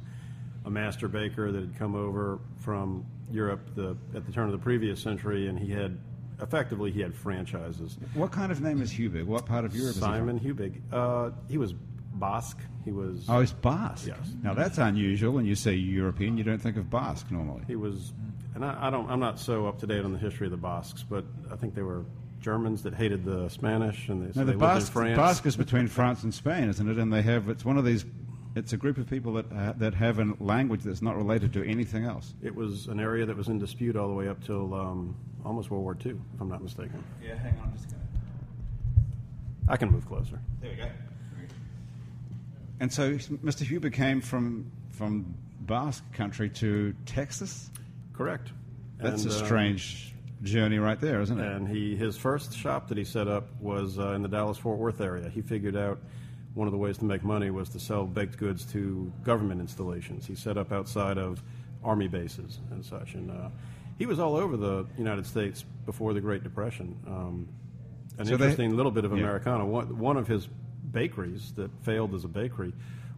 Speaker 10: a master baker that had come over from Europe the, at the turn of the previous century, and he had effectively he had franchises.
Speaker 1: What kind of name is Hubig? What part of Europe
Speaker 10: Simon
Speaker 1: is
Speaker 10: Hubig, uh, he was Basque. He was
Speaker 1: he from? Oh, it's Basque.
Speaker 10: Yes.
Speaker 1: Now that's unusual. When you say European, you don't think of Basque normally.
Speaker 10: He was, and I, I don't. I'm not so up to date on the history of the Basques, but I think they were Germans that hated the Spanish, and they, so
Speaker 1: No,
Speaker 10: they
Speaker 1: the
Speaker 10: lived
Speaker 1: Basque,
Speaker 10: in France.
Speaker 1: Basque is between France and Spain, isn't it? And they have it's one of these. It's a group of people that uh, that have a language that's not related to anything else.
Speaker 10: It was an area that was in dispute all the way up till um, almost World War II, if I'm not mistaken.
Speaker 7: Yeah, hang on, I'm just gonna.
Speaker 10: I can move closer.
Speaker 7: There we go.
Speaker 1: And so Mr. Huber came from from Basque country to Texas.
Speaker 10: Correct.
Speaker 1: That's
Speaker 10: And,
Speaker 1: a
Speaker 10: uh,
Speaker 1: strange journey right there, isn't it?
Speaker 10: And he his first shop that he set up was uh, in the Dallas Fort Worth area. He figured out one of the ways to make money was to sell baked goods to government installations. He set up outside of army bases and such, and uh, he was all over the United States before the Great Depression. Um, an
Speaker 1: So they-
Speaker 10: interesting little bit of
Speaker 1: Yeah.
Speaker 10: Americana. One, one of his bakeries that failed as a bakery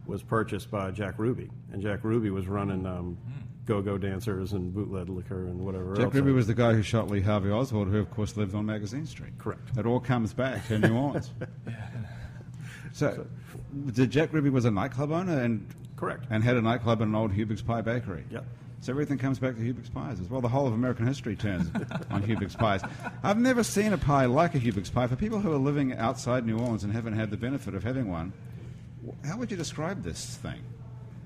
Speaker 10: was purchased by Jack Ruby, and Jack Ruby was running. Um, Go-go dancers and bootleg liquor and whatever.
Speaker 1: Hmm. Jack
Speaker 10: else.
Speaker 1: Ruby was the guy who shot Lee Harvey Oswald, who of course lived on Magazine Street.
Speaker 10: Correct.
Speaker 1: It all comes back to New
Speaker 10: (laughs)
Speaker 1: Orleans. So, the Jack Ruby was a nightclub owner and
Speaker 10: Correct.
Speaker 1: and had a nightclub and an old Hubig's Pie bakery.
Speaker 10: Yep.
Speaker 1: So everything comes back to Hubig's pies as well. The whole of American history
Speaker 10: (laughs)
Speaker 1: turns on Hubig's pies. I've never seen a pie like a Hubig's pie. For people who are living outside New Orleans and haven't had the benefit of having one, wh- how would you describe this thing?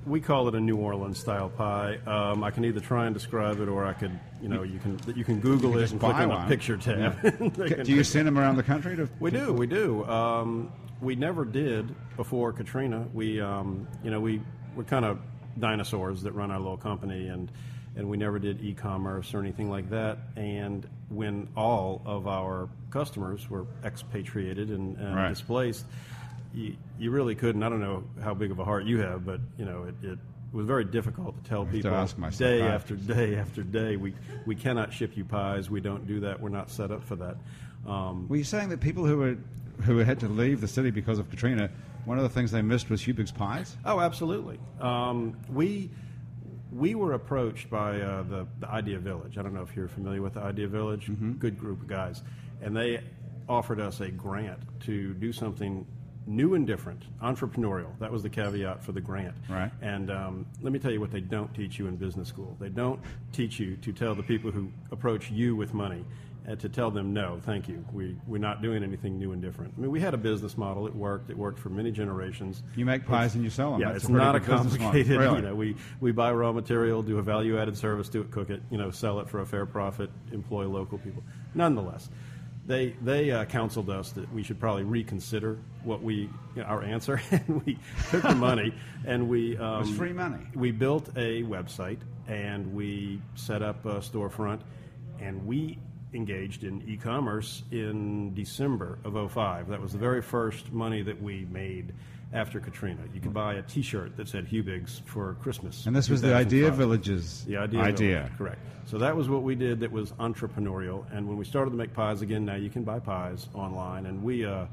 Speaker 10: we call it a New Orleans style pie. Um, I can either try and describe it, or I could, you know, you can you can Google
Speaker 1: You
Speaker 10: it
Speaker 1: just
Speaker 10: and
Speaker 1: buy
Speaker 10: click on
Speaker 1: one.
Speaker 10: a picture tab. (laughs) They
Speaker 1: C-
Speaker 10: can-
Speaker 1: Do you send them around the country? To,
Speaker 10: we
Speaker 1: to-
Speaker 10: do, we do. Um, we never did before Katrina. We, um, you know, we we're kind of dinosaurs that run our little company, and and we never did e-commerce or anything like that. And when all of our customers were expatriated and, and
Speaker 1: Right.
Speaker 10: displaced, you, you really couldn't. I don't know how big of a heart you have, but you know, it, it was very difficult to tell people
Speaker 1: ask my
Speaker 10: day
Speaker 1: psychiatrist.
Speaker 10: after day after day. We we cannot ship you pies. We don't do that. We're not set up for that. Um,
Speaker 1: Were you saying that people who were who had to leave the city because of Katrina, one of the things they missed was Hubig's pies?
Speaker 10: Oh, absolutely. Um, we we were approached by uh, the the Idea Village. I don't know if you're familiar with the Idea Village. Good group of guys, and they offered us a grant to do something new and different, entrepreneurial. That was the caveat for the grant.
Speaker 1: Right.
Speaker 10: And um, let me tell you what they don't teach you in business school. They don't teach you to tell the people who approach you with money. uh, to tell them no, thank you. We we're not doing anything new and different. I mean, we had a business model. It worked. It worked for many generations.
Speaker 1: You make pies and you sell them.
Speaker 10: Yeah,
Speaker 1: That's
Speaker 10: it's
Speaker 1: a pretty
Speaker 10: not a
Speaker 1: good business model.
Speaker 10: complicated. (laughs)
Speaker 1: Really?
Speaker 10: You know, we we buy raw material, do a value-added service, do it, cook it, you know, sell it for a fair profit, employ local people. Nonetheless, they they uh, counseled us that we should probably reconsider what we you know, our answer, (laughs) and we took the money and we um,
Speaker 1: was free money.
Speaker 10: We built a website and we set up a storefront, and we engaged in e-commerce in December of 05. That was the very first money that we made after Katrina. You could buy a T-shirt that said Hubigs for Christmas.
Speaker 1: And this was the Idea
Speaker 10: 2005.
Speaker 1: Village's
Speaker 10: The idea. Village, correct. So that was what we did. That was entrepreneurial. And when we started to make pies again, now you can buy pies online, and we. Uh,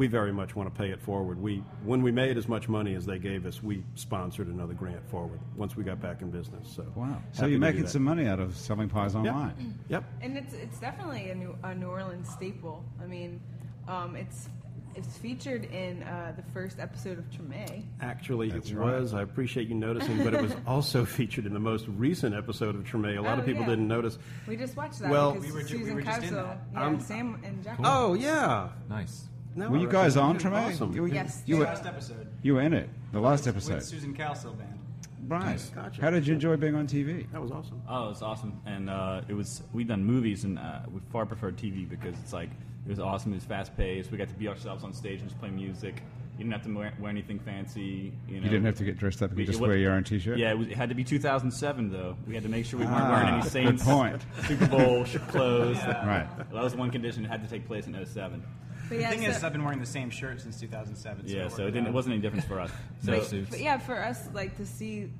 Speaker 10: we very much want to pay it forward. We, when we made as much money as they gave us, we sponsored another grant forward once we got back in business. So
Speaker 1: Wow. So
Speaker 10: happy
Speaker 1: you're
Speaker 10: to do
Speaker 1: making
Speaker 10: that.
Speaker 1: some money out of selling pies
Speaker 10: Yep.
Speaker 1: online.
Speaker 10: Yep.
Speaker 3: And it's it's definitely a New, a New Orleans staple. I mean, um, it's it's featured in uh, the first episode of Treme.
Speaker 10: Actually,
Speaker 1: That's
Speaker 10: it
Speaker 1: right.
Speaker 10: was. I appreciate you noticing, but
Speaker 1: (laughs)
Speaker 10: it was also featured in the most recent episode of Treme. A lot
Speaker 3: Oh,
Speaker 10: of people
Speaker 3: yeah.
Speaker 10: didn't notice.
Speaker 3: We just watched that
Speaker 10: Well-
Speaker 3: because
Speaker 10: We
Speaker 7: were ju- we
Speaker 3: Susan
Speaker 7: were just in
Speaker 3: Castle,
Speaker 7: that.
Speaker 3: yeah, and Sam and Jack.
Speaker 10: Oh yeah.
Speaker 2: Nice.
Speaker 10: No,
Speaker 1: Were
Speaker 10: I
Speaker 1: you guys on
Speaker 10: recommend it.
Speaker 1: Treme?
Speaker 10: Awesome.
Speaker 1: You, were-
Speaker 3: Yes.
Speaker 1: You were,
Speaker 6: Last episode.
Speaker 1: you were in it, the last episode.
Speaker 6: With Susan Calso band.
Speaker 1: Right.
Speaker 10: Gotcha.
Speaker 1: How did you enjoy being on TV?
Speaker 10: That was awesome.
Speaker 9: Oh, it's awesome. And uh, it was we've done movies and uh, we far preferred TV because it's like it was awesome. It was fast paced. We got to be ourselves on stage and just play music. You didn't have to wear, wear anything fancy. You, know?
Speaker 1: You didn't have to get dressed up. You
Speaker 9: We-
Speaker 1: could just
Speaker 9: it wa-
Speaker 1: wear your own T-shirt.
Speaker 9: Yeah, it, was, it had to be 2007 though. We had to make sure we weren't
Speaker 1: Ah,
Speaker 9: wearing any Saints
Speaker 1: good point.
Speaker 9: Super
Speaker 1: (laughs)
Speaker 9: Bowl sh- clothes.
Speaker 10: (laughs)
Speaker 1: Right.
Speaker 9: That was one condition. It had to take place in 07.
Speaker 3: But yeah,
Speaker 6: The thing is,
Speaker 3: so-
Speaker 6: I've been wearing the same shirt since 2007.
Speaker 9: Yeah, so it
Speaker 6: worked
Speaker 9: didn't.
Speaker 6: out.
Speaker 9: It wasn't any difference for us. So
Speaker 2: Nice suits.
Speaker 3: But yeah, for us, like to see,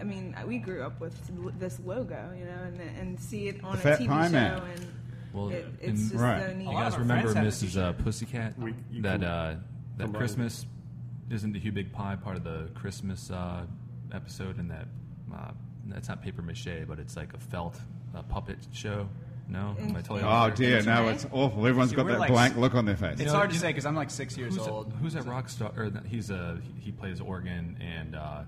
Speaker 3: I mean, we grew up with l- this logo, you know, and and see it on
Speaker 1: The
Speaker 3: a
Speaker 1: Fat
Speaker 3: TV
Speaker 1: Pie
Speaker 3: show,
Speaker 1: Man.
Speaker 3: and
Speaker 2: Well,
Speaker 3: it,
Speaker 2: and-
Speaker 3: it's just
Speaker 1: right.
Speaker 3: so neat.
Speaker 2: You
Speaker 6: lot of
Speaker 2: guys
Speaker 6: our
Speaker 2: remember
Speaker 6: friends had
Speaker 2: Mrs. Uh, Pussycat?
Speaker 10: We- you
Speaker 2: that
Speaker 10: can
Speaker 2: uh, that
Speaker 10: combine
Speaker 2: Christmas isn't the Hugh Big Pie part of the Christmas uh, episode? And that uh, that's not paper mache, but it's like a felt uh, puppet show. No, am I totally
Speaker 1: Oh
Speaker 2: off there?
Speaker 1: dear,
Speaker 3: That's
Speaker 1: now
Speaker 3: right.
Speaker 1: it's awful. Everyone's
Speaker 6: See,
Speaker 1: got
Speaker 6: we're
Speaker 1: that
Speaker 6: like-
Speaker 1: blank look on their face.
Speaker 6: It's
Speaker 2: know,
Speaker 6: hard to
Speaker 2: you-
Speaker 6: say because I'm like six years
Speaker 2: Who's,
Speaker 6: old.
Speaker 2: A, who's that rock star? Or that, he's a he plays organ and uh,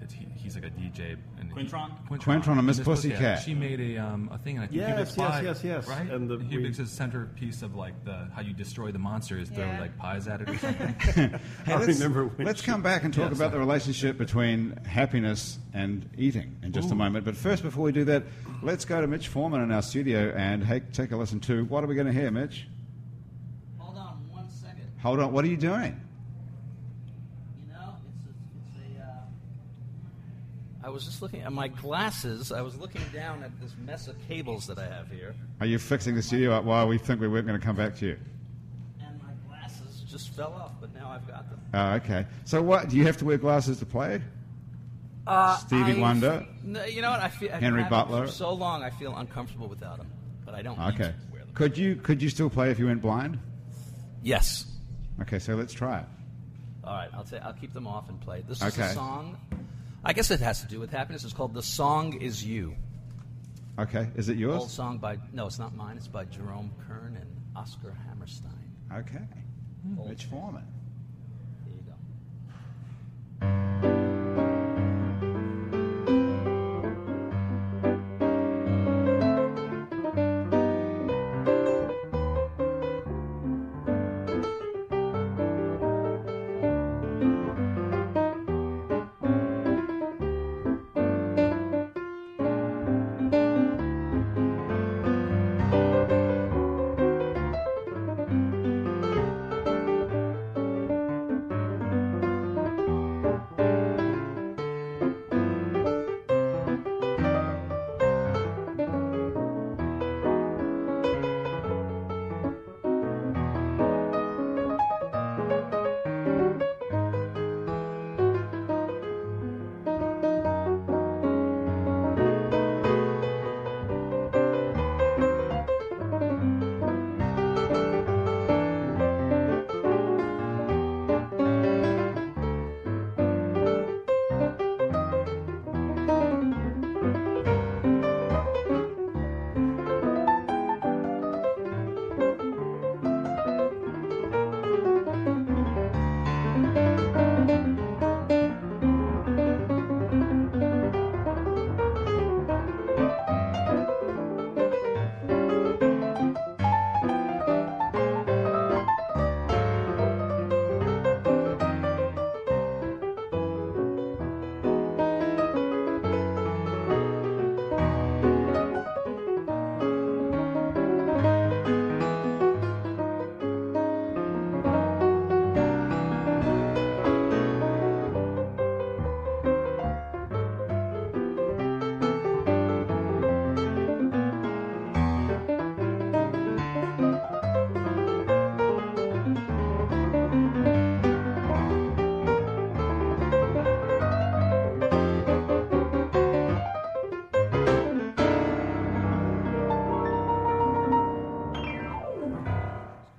Speaker 2: it's, he, he's like a DJ. And he-
Speaker 9: Quintron?
Speaker 1: Quintron and Miss Pussycat.
Speaker 2: She made a um, a thing, and I think
Speaker 10: Yes,
Speaker 2: Hugh Big's
Speaker 10: yes,
Speaker 2: pie,
Speaker 10: yes, yes.
Speaker 2: right.
Speaker 10: And the-
Speaker 2: Hugh
Speaker 10: we-
Speaker 2: Big's centerpiece of like the how you destroy the monster is throwing
Speaker 3: Yeah.
Speaker 2: like pies at it or something.
Speaker 1: Hey,
Speaker 10: I
Speaker 1: let's,
Speaker 10: remember when
Speaker 1: let's
Speaker 10: she-
Speaker 1: come back and talk
Speaker 2: Yeah,
Speaker 1: about
Speaker 2: sorry.
Speaker 1: the relationship between happiness and eating in just a moment. But first, before we do that, let's go to Mitch Foreman in our studio and hey, take a listen to what are we going to hear, Mitch?
Speaker 8: Hold on one second.
Speaker 1: Hold on, what are you doing?
Speaker 8: You know, it's a. It's a uh... I was just looking at my glasses. I was looking down at this mess of cables that I have here,
Speaker 1: Are you fixing the studio up while we think we weren't going to come back to you?
Speaker 8: and my glasses just fell off, but now I've got them.
Speaker 1: Oh, okay. So, what do you have to wear glasses to play?
Speaker 8: Uh,
Speaker 1: Stevie
Speaker 8: I-
Speaker 1: Wonder?
Speaker 8: No, you know what? I feel I've
Speaker 1: Henry
Speaker 8: had them
Speaker 1: Butler?
Speaker 8: for so long. I feel uncomfortable without them, but I don't. need
Speaker 1: Okay.
Speaker 8: to wear them.
Speaker 1: Could you could you still play if you went blind?
Speaker 8: Yes.
Speaker 1: Okay, so let's try it.
Speaker 8: All right. I'll say I'll keep them off and play. This is
Speaker 1: Okay.
Speaker 8: a song. I guess it has to do with happiness. It's called "The Song Is You."
Speaker 1: Okay, is it
Speaker 8: Old
Speaker 1: yours?
Speaker 8: song by no, it's not mine. It's by Jerome Kern and Oscar Hammerstein.
Speaker 1: Okay. Mitch Foreman.
Speaker 8: There you go.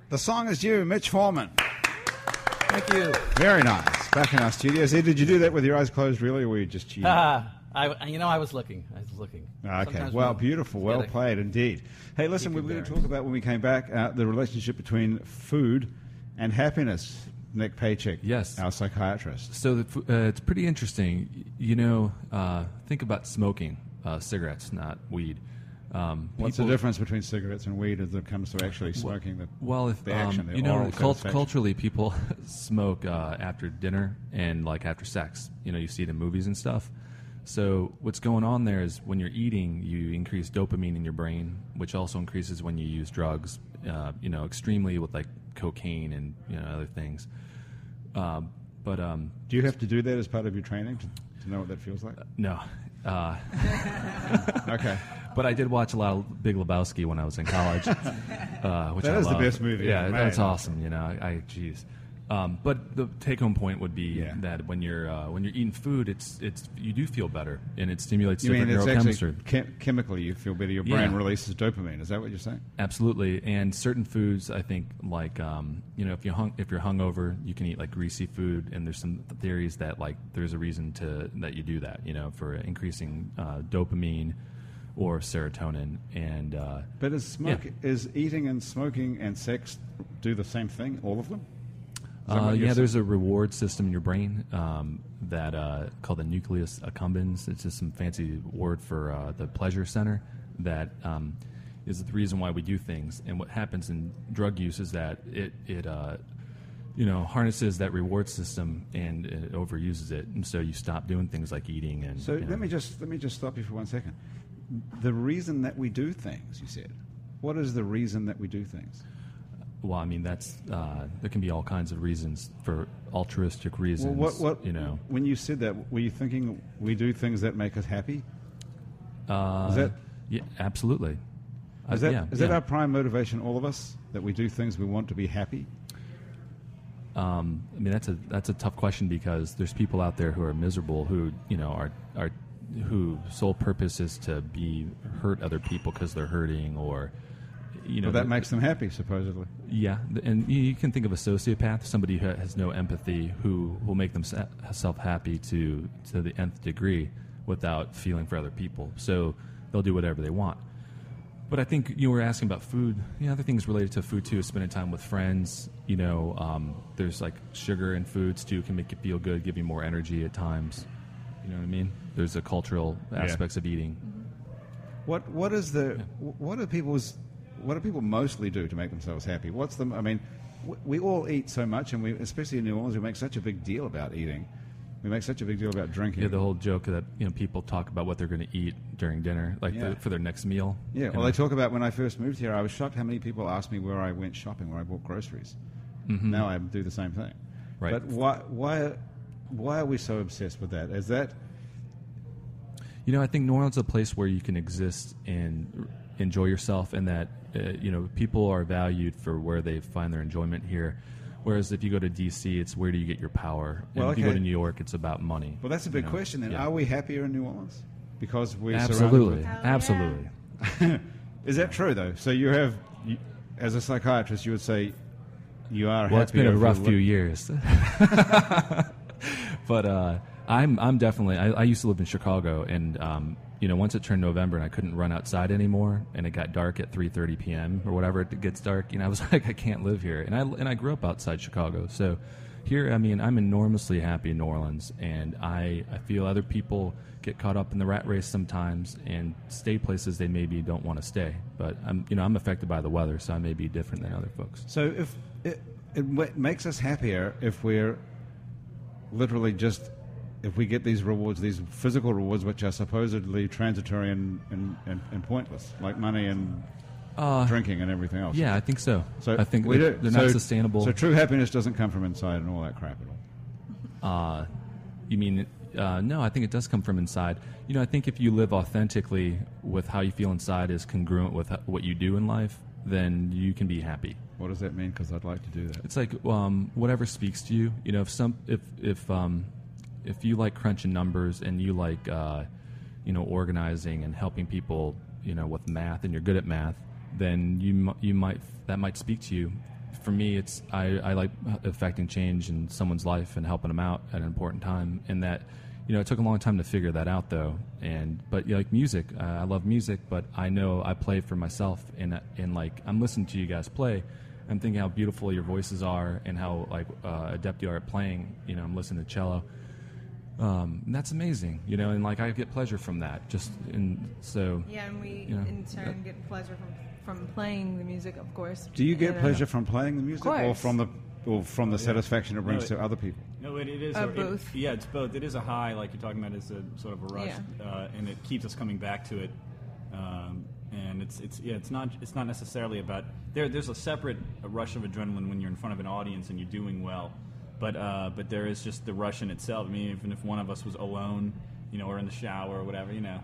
Speaker 1: The song is you, Mitch Foreman.
Speaker 8: Thank you.
Speaker 1: Very nice. Back in our studios. Hey, did you do that with your eyes closed, really, or were you just cheating?
Speaker 8: Ah, (laughs) I, you know, I was looking. I was looking.
Speaker 1: Ah, Okay.
Speaker 8: Sometimes
Speaker 1: Well,
Speaker 8: we-
Speaker 1: beautiful. Well
Speaker 8: Yeah,
Speaker 1: played indeed. Hey, listen, we were going to talk about when we came back uh, the relationship between food and happiness. Nick Paycheck, yes, our psychiatrist.
Speaker 2: So the, f- uh, it's pretty interesting. Y- You know, uh, think about smoking uh, cigarettes, not weed. Um,
Speaker 1: What's the
Speaker 2: people-
Speaker 1: difference between cigarettes and weed as it comes to actually smoking the
Speaker 2: well, if
Speaker 1: the action,
Speaker 2: um,
Speaker 1: the
Speaker 2: you know,
Speaker 1: oral
Speaker 2: cult-
Speaker 1: satisfaction?
Speaker 2: culturally, people (laughs) smoke uh, after dinner and like after sex. You know, you see it in movies and stuff. So what's going on there is when you're eating, you increase dopamine in your brain, which also increases when you use drugs. Uh, you know, extremely with like cocaine and you know other things. Uh, but um,
Speaker 1: Do you have to do that as part of your training to, to know what that feels like?
Speaker 2: no. Uh,
Speaker 1: okay.
Speaker 2: But I did watch a lot of Big Lebowski when I was
Speaker 1: (laughs)
Speaker 2: in college. uh, which
Speaker 1: That
Speaker 2: I
Speaker 1: is the
Speaker 2: love.
Speaker 1: best movie
Speaker 2: Yeah,
Speaker 1: ever
Speaker 2: that's
Speaker 1: made.
Speaker 2: awesome. You know, I, I geez. Um, but the take-home point would be that when you're uh, when you're eating food, it's it's you do feel better, and it stimulates
Speaker 1: you mean
Speaker 2: different
Speaker 1: it's actually
Speaker 2: neurochemistry.
Speaker 1: chem- chemically you feel better. Your
Speaker 2: Yeah.
Speaker 1: brain releases dopamine. Is that what you're saying?
Speaker 2: Absolutely, and certain foods, I think, like um, you know, if you hung, if you're hungover, you can eat like greasy food, and there's some theories that like there's a reason to that you do that, you know, for increasing uh, dopamine or serotonin, and uh,
Speaker 1: But is
Speaker 2: yeah.
Speaker 1: smoke is eating and smoking and sex do the same thing? All of them? Is that
Speaker 2: Uh,
Speaker 1: what you're
Speaker 2: yeah,
Speaker 1: saying?
Speaker 2: there's a reward system in your brain um, that uh, called the nucleus accumbens. It's just some fancy word for uh, the pleasure center that um, is the reason why we do things. And what happens in drug use is that it it uh, you know harnesses that reward system and it overuses it, and so you stop doing things like eating and
Speaker 1: So
Speaker 2: you know,
Speaker 1: let me just let me just stop you for one second. The reason that we do things, you said. What is the reason that we do things?
Speaker 2: well, I mean that's uh, there can be all kinds of reasons for altruistic reasons.
Speaker 1: Well, what, what
Speaker 2: you know?
Speaker 1: when you said that, were you thinking we do things that make us happy?
Speaker 2: Uh,
Speaker 1: Is that-
Speaker 2: yeah, absolutely. Uh,
Speaker 1: Is that,
Speaker 2: yeah,
Speaker 1: is that
Speaker 2: yeah.
Speaker 1: our prime motivation, all of us, that we do things we want to be happy?
Speaker 2: Um, I mean, that's a that's a tough question because there's people out there who are miserable who you know are are who sole purpose is to be hurt other people because they're hurting or you know
Speaker 1: Well, that makes them happy, supposedly.
Speaker 2: yeah th- and you- you can think of a sociopath somebody who has no empathy who will make themselves happy to to the nth degree without feeling for other people so they'll do whatever they want but I think you were asking about food. Yeah, other things related to food too. is Spending time with friends. You know, um, there's like sugar in foods too can make you feel good, give you more energy at times. You know what I mean? There's the cultural
Speaker 1: Yeah. Mm-hmm.
Speaker 2: aspects of eating.
Speaker 1: What what is the wh- what are people's what do people mostly do to make themselves happy? What's the I mean, w- we all eat so much, and we especially in New Orleans, we make such a big deal about eating. We make such a big deal about drinking.
Speaker 2: Yeah, the whole joke that you know people talk about what they're going to eat during dinner, like
Speaker 1: Yeah.
Speaker 2: the, for their next meal.
Speaker 1: Yeah,
Speaker 2: And
Speaker 1: well, they talk about when I first moved here, I was shocked how many people asked me where I went shopping, where I bought groceries.
Speaker 2: Mhm.
Speaker 1: Now I do the same thing.
Speaker 2: Right.
Speaker 1: But why, why, why are we so obsessed with that? Is that
Speaker 2: You know, I think New Orleans is a place where you can exist and r- enjoy yourself, and that uh, you know people are valued for where they find their enjoyment here. Whereas if you go to D.C., it's where do you get your power? And
Speaker 1: Well,
Speaker 2: if you go
Speaker 1: okay.
Speaker 2: to New York, it's about money.
Speaker 1: well? That's a
Speaker 2: you
Speaker 1: big
Speaker 2: know?
Speaker 1: question. Then,
Speaker 2: Yeah.
Speaker 1: are we happier in New Orleans because we're
Speaker 2: Absolutely.
Speaker 1: surrounded with-
Speaker 2: Absolutely.
Speaker 1: Is that true though? So you have, you, as a psychiatrist, you would say you are.
Speaker 2: Well, it's been a
Speaker 1: happier if
Speaker 2: rough
Speaker 1: you
Speaker 2: few
Speaker 1: li-
Speaker 2: years, (laughs) but uh, I'm I'm definitely. I, I used to live in Chicago, and um, you know, once it turned November and I couldn't run outside anymore, and it got dark at 3:30 p.m. or whatever it gets dark, you know, I was (laughs) like, I can't live here, and I and I grew up outside Chicago, so here, I mean, I'm enormously happy in New Orleans, and I I feel other people get caught up in the rat race sometimes and stay places they maybe don't want to stay, but I'm you know I'm affected by the weather, so I may be different than other folks.
Speaker 1: So if it, it wa- makes us happier if we're literally just if we get these rewards, these physical rewards, which are supposedly transitory and and, and, and pointless, like money and
Speaker 2: Uh,
Speaker 1: drinking and everything else.
Speaker 2: yeah, I think so.
Speaker 1: So
Speaker 2: I think
Speaker 1: we
Speaker 2: they're-
Speaker 1: do-
Speaker 2: they're
Speaker 1: so-
Speaker 2: not sustainable.
Speaker 1: So true happiness doesn't come from inside and all that crap at all.
Speaker 2: Uh, you mean, uh, no, I think it does come from inside. You know, I think if you live authentically with how you feel inside is congruent with what you do in life, then you can be happy.
Speaker 1: What does that mean? Because I'd like to do that.
Speaker 2: It's like um, whatever speaks to you. You know, if some if if um, if you like crunching numbers and you like uh, you know organizing and helping people, you know, with math and you're good at math, then you mi- you might that might speak to you. for me, it's I, I like affecting change in someone's life and helping them out at an important time. And that, you know, it took a long time to figure that out, though. And but you know, like music, uh, I love music, but I know I play for myself. And uh, and like I'm listening to you guys play, I'm thinking how beautiful your voices are and how like uh, adept you are at playing. You know, I'm listening to cello. Um, and that's amazing, you know, and like I get pleasure from that. Just and so
Speaker 3: Yeah, and we
Speaker 2: you know,
Speaker 3: in turn get pleasure from, from playing the music, of course.
Speaker 1: Do you get
Speaker 3: And, uh,
Speaker 1: pleasure from playing the music, or
Speaker 3: course.
Speaker 1: from the or from the satisfaction it
Speaker 9: No,
Speaker 1: brings
Speaker 9: it-
Speaker 1: to other people?
Speaker 9: No, it, it is
Speaker 3: Uh,
Speaker 9: it-
Speaker 3: both.
Speaker 9: yeah, it's both. It is a high, like you're talking about, is a sort of a rush, uh, and it keeps us coming back to it. Um, and it's it's yeah, it's not it's not necessarily about there. There's a separate rush of adrenaline when you're in front of an audience and you're doing well, but uh, but there is just the rush in itself. I mean, even if one of us was alone, you know, or in the shower or whatever, you know,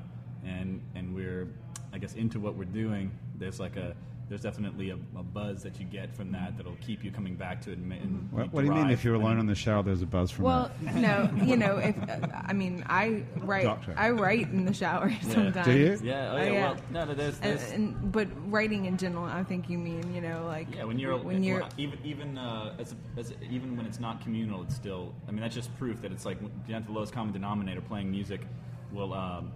Speaker 9: and and we're I guess into what we're doing. There's like a there's definitely a, a buzz that you get from that that'll keep you coming back to it. And, ma- and
Speaker 1: Mm-hmm. What, what do you mean? If you're alone in the shower, there's a buzz from
Speaker 3: Well,
Speaker 1: that.
Speaker 3: (laughs) no, you know, if uh, I mean, I write,
Speaker 1: Doctor.
Speaker 3: I write in the shower (laughs) sometimes.
Speaker 1: Do you?
Speaker 9: Yeah, oh,
Speaker 3: Uh,
Speaker 9: yeah, well, no, no, there's-
Speaker 3: And-
Speaker 9: there's-
Speaker 3: and, but writing in general, I think you mean, you know, like
Speaker 9: Yeah, when you're
Speaker 3: when you're
Speaker 9: even even uh, as, as even when it's not communal, it's still. I mean, that's just proof that it's like down to the lowest common denominator. Playing music will um,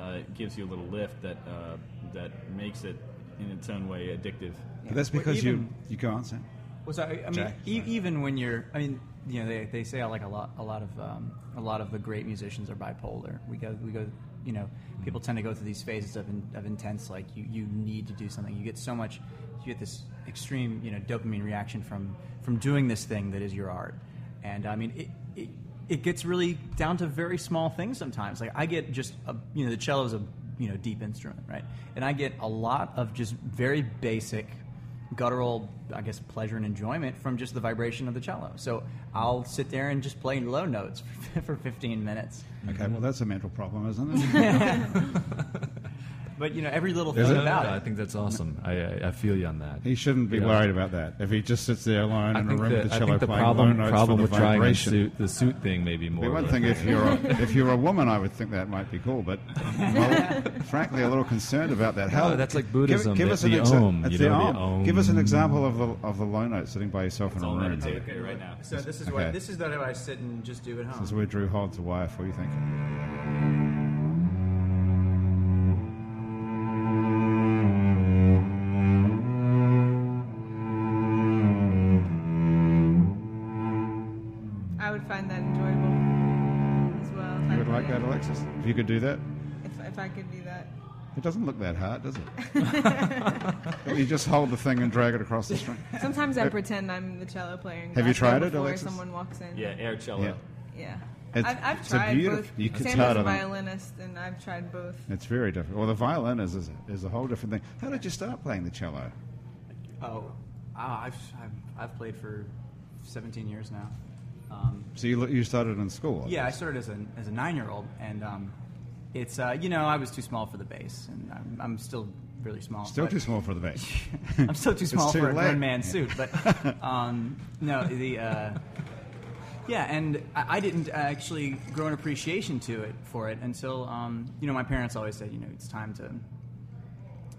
Speaker 9: uh, gives you a little lift that uh, that makes it in its own way addictive.
Speaker 1: But that's because you you go on, Sam.
Speaker 7: Was I, I mean,
Speaker 1: Jack,
Speaker 7: e- even when you're, I mean, you know, they, they say like a lot, a lot of, um, a lot of the great musicians are bipolar. We go, we go, you know, people tend to go through these phases of, in, of intense, like you, you need to do something. You get so much, you get this extreme, you know, dopamine reaction from from doing this thing that is your art. And I mean, it, it, it gets really down to very small things sometimes. Like I get just a, you know, the cello is a you know deep instrument, right? And I get a lot of just very basic guttural, I guess, pleasure and enjoyment from just the vibration of the cello. So I'll sit there and just play low notes (laughs) for 15 minutes.
Speaker 1: Okay, well that's a mental problem, isn't it?
Speaker 7: But you know, every little
Speaker 1: Is
Speaker 7: thing
Speaker 1: it?
Speaker 7: about
Speaker 2: I
Speaker 7: it.
Speaker 2: think that's awesome. I, I, I feel you on that.
Speaker 1: he shouldn't be
Speaker 2: Yeah.
Speaker 1: worried about that if he just sits there alone
Speaker 2: I
Speaker 1: in a
Speaker 2: think
Speaker 1: room
Speaker 2: that-
Speaker 1: with a
Speaker 2: I
Speaker 1: cello
Speaker 2: think the
Speaker 1: playing
Speaker 2: problem,
Speaker 1: low notes
Speaker 2: problem
Speaker 1: for
Speaker 2: with
Speaker 1: the
Speaker 2: trying the
Speaker 1: vibration.
Speaker 2: suit, the suit thing maybe more.
Speaker 1: Be one
Speaker 2: of
Speaker 1: thing
Speaker 2: a-
Speaker 1: if you're a, if you're a woman, I would think that might be cool, but I'm a- frankly, a little concerned about that. How
Speaker 2: No, that's like
Speaker 1: give-
Speaker 2: Buddhism,
Speaker 1: Give,
Speaker 2: the-
Speaker 1: us an
Speaker 2: the
Speaker 1: exa-
Speaker 2: Om,
Speaker 1: it's
Speaker 2: you
Speaker 1: the
Speaker 2: know, the
Speaker 1: Om. Give us an
Speaker 2: Om.
Speaker 1: example of the of the low note sitting by yourself in a room.
Speaker 9: right now.
Speaker 7: So this is
Speaker 1: Okay.
Speaker 7: what this is that I sit and just do at home.
Speaker 1: This is where Drew holds the wire for you think.
Speaker 3: I would find that enjoyable as well. if I
Speaker 1: You would
Speaker 3: could,
Speaker 1: like
Speaker 3: yeah.
Speaker 1: that, Alexis? If you could do that,
Speaker 3: If, if I could do that.
Speaker 1: it doesn't look that hard, does
Speaker 7: (laughs)
Speaker 1: it? you just hold the thing and drag it across the string.
Speaker 3: Sometimes I
Speaker 1: It-
Speaker 3: pretend I'm the cello player. And
Speaker 1: Have you
Speaker 3: grab them
Speaker 1: tried it,
Speaker 3: before
Speaker 1: Alexis?
Speaker 3: someone walks in.
Speaker 9: Yeah, air cello.
Speaker 1: Yeah.
Speaker 3: Yeah.
Speaker 1: It's-
Speaker 3: I've, I've
Speaker 1: it's a
Speaker 3: tried
Speaker 1: beautif-
Speaker 3: both.
Speaker 1: you can
Speaker 3: Sam
Speaker 1: tell it
Speaker 3: is a
Speaker 1: on-
Speaker 3: violinist, and I've tried both.
Speaker 1: It's very different. Well, the violin is, is is a whole different thing. How did you start playing the cello?
Speaker 7: Oh, ah, I've, I've I've played for 17 years now. Um,
Speaker 1: So you you started in school?
Speaker 7: Yeah, I started as a as a nine year old, and um, it's uh, you know I was too small for the bass, and I'm, I'm still really small.
Speaker 1: Still
Speaker 7: but-
Speaker 1: too small for the bass.
Speaker 7: (laughs) I'm still too
Speaker 1: It's
Speaker 7: small
Speaker 1: too
Speaker 7: for a
Speaker 1: late.
Speaker 7: grown man suit,
Speaker 1: (laughs)
Speaker 7: but um, no, the uh, yeah, and I, I didn't actually grow an appreciation to it for it until um, you know my parents always said you know it's time to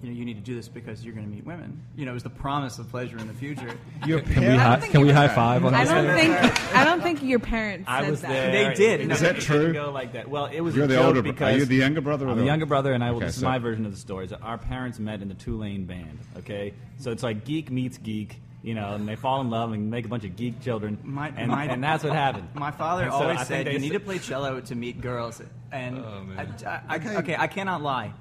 Speaker 7: you know you need to do this because you're going to meet women. You know, it was the promise of pleasure in the future.
Speaker 1: Your
Speaker 2: Can we hi- can we high five on
Speaker 3: I
Speaker 2: this?
Speaker 3: don't think I don't think your parents
Speaker 9: I
Speaker 3: said
Speaker 9: was
Speaker 3: that.
Speaker 9: there.
Speaker 7: They did.
Speaker 9: It didn't-
Speaker 7: No, Is that
Speaker 9: it didn't
Speaker 1: true?
Speaker 9: Go like that. Well, it was.
Speaker 1: You're
Speaker 9: a
Speaker 1: the
Speaker 9: joke
Speaker 1: older bro- are
Speaker 9: Because
Speaker 1: you the younger brother or
Speaker 9: I'm
Speaker 1: the
Speaker 9: the
Speaker 1: older-
Speaker 9: younger brother, and I will.
Speaker 1: Okay,
Speaker 9: this is
Speaker 1: so-
Speaker 9: my version of the story. Is that our parents met in the Tulane band. Okay, so it's like geek meets geek. You know, and they fall in love and make a bunch of geek children.
Speaker 7: My-
Speaker 9: and,
Speaker 7: my-
Speaker 9: and that's what happened.
Speaker 7: (laughs) My father
Speaker 9: And so I
Speaker 7: always
Speaker 9: think
Speaker 7: said
Speaker 9: they
Speaker 7: you
Speaker 9: s-
Speaker 7: need to play cello to meet girls, and
Speaker 2: Oh, man.
Speaker 7: I, I, I, okay, I cannot lie.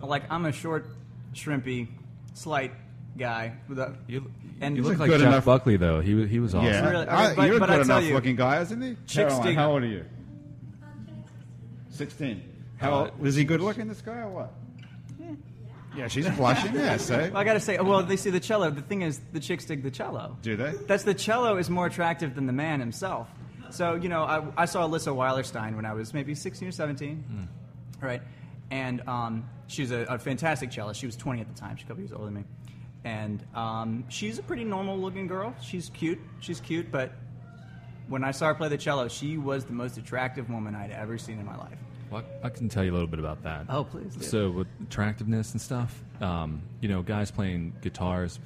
Speaker 7: Like I'm a short, shrimpy, slight guy with a
Speaker 2: you,
Speaker 7: and
Speaker 2: you
Speaker 1: He's
Speaker 2: look
Speaker 1: a
Speaker 2: like
Speaker 1: good
Speaker 2: Jeff
Speaker 1: enough-
Speaker 2: Buckley though. He wa- he was awesome.
Speaker 1: Yeah,
Speaker 7: Really-
Speaker 1: I-
Speaker 7: okay, but-
Speaker 1: you're a
Speaker 7: but I
Speaker 1: good
Speaker 7: tell
Speaker 1: enough
Speaker 7: you-
Speaker 1: looking guy, isn't he?
Speaker 7: Chicks
Speaker 1: Caroline,
Speaker 7: dig-
Speaker 1: how old are you? Sixteen. How
Speaker 7: Uh,
Speaker 1: old, was he good looking? This guy or what? Yeah, she's blushing. Yeah, so
Speaker 7: Well, I gotta say, well, they see the cello. The thing is, the chicks dig the cello.
Speaker 1: do they?
Speaker 7: That's the cello is more attractive than the man himself. So you know, I, I saw Alyssa Weilerstein when I was maybe 16 or 17, right? And um, she was a, a fantastic cellist. She was 20 at the time. She's a couple years older than me, and um, she's a pretty normal-looking girl. She's cute. She's cute, but when I saw her play the cello, she was the most attractive woman I'd ever seen in my life.
Speaker 2: Well, I I can tell you a little bit about that.
Speaker 7: Oh, please do.
Speaker 2: So with attractiveness and stuff, um, you know, guys playing guitars,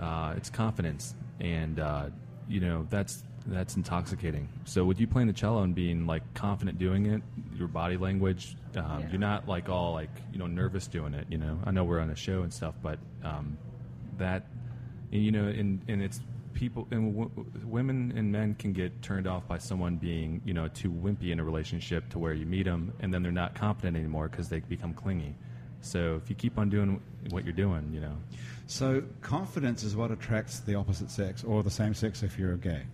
Speaker 2: Uh, it's confidence, and uh, you know that's that's intoxicating. So with you playing the cello and being like confident doing it, your body language, um,
Speaker 12: Yeah.
Speaker 2: you're not like all like you know nervous doing it. You know, I know we're on a show and stuff, but um, that and you know, and and it's people and w- w- women and men can get turned off by someone being you know too wimpy in a relationship to where you meet them and then they're not confident anymore because they become clingy. So if you keep on doing what you're doing, you know,
Speaker 1: So confidence is what attracts the opposite sex or the same sex if you're gay.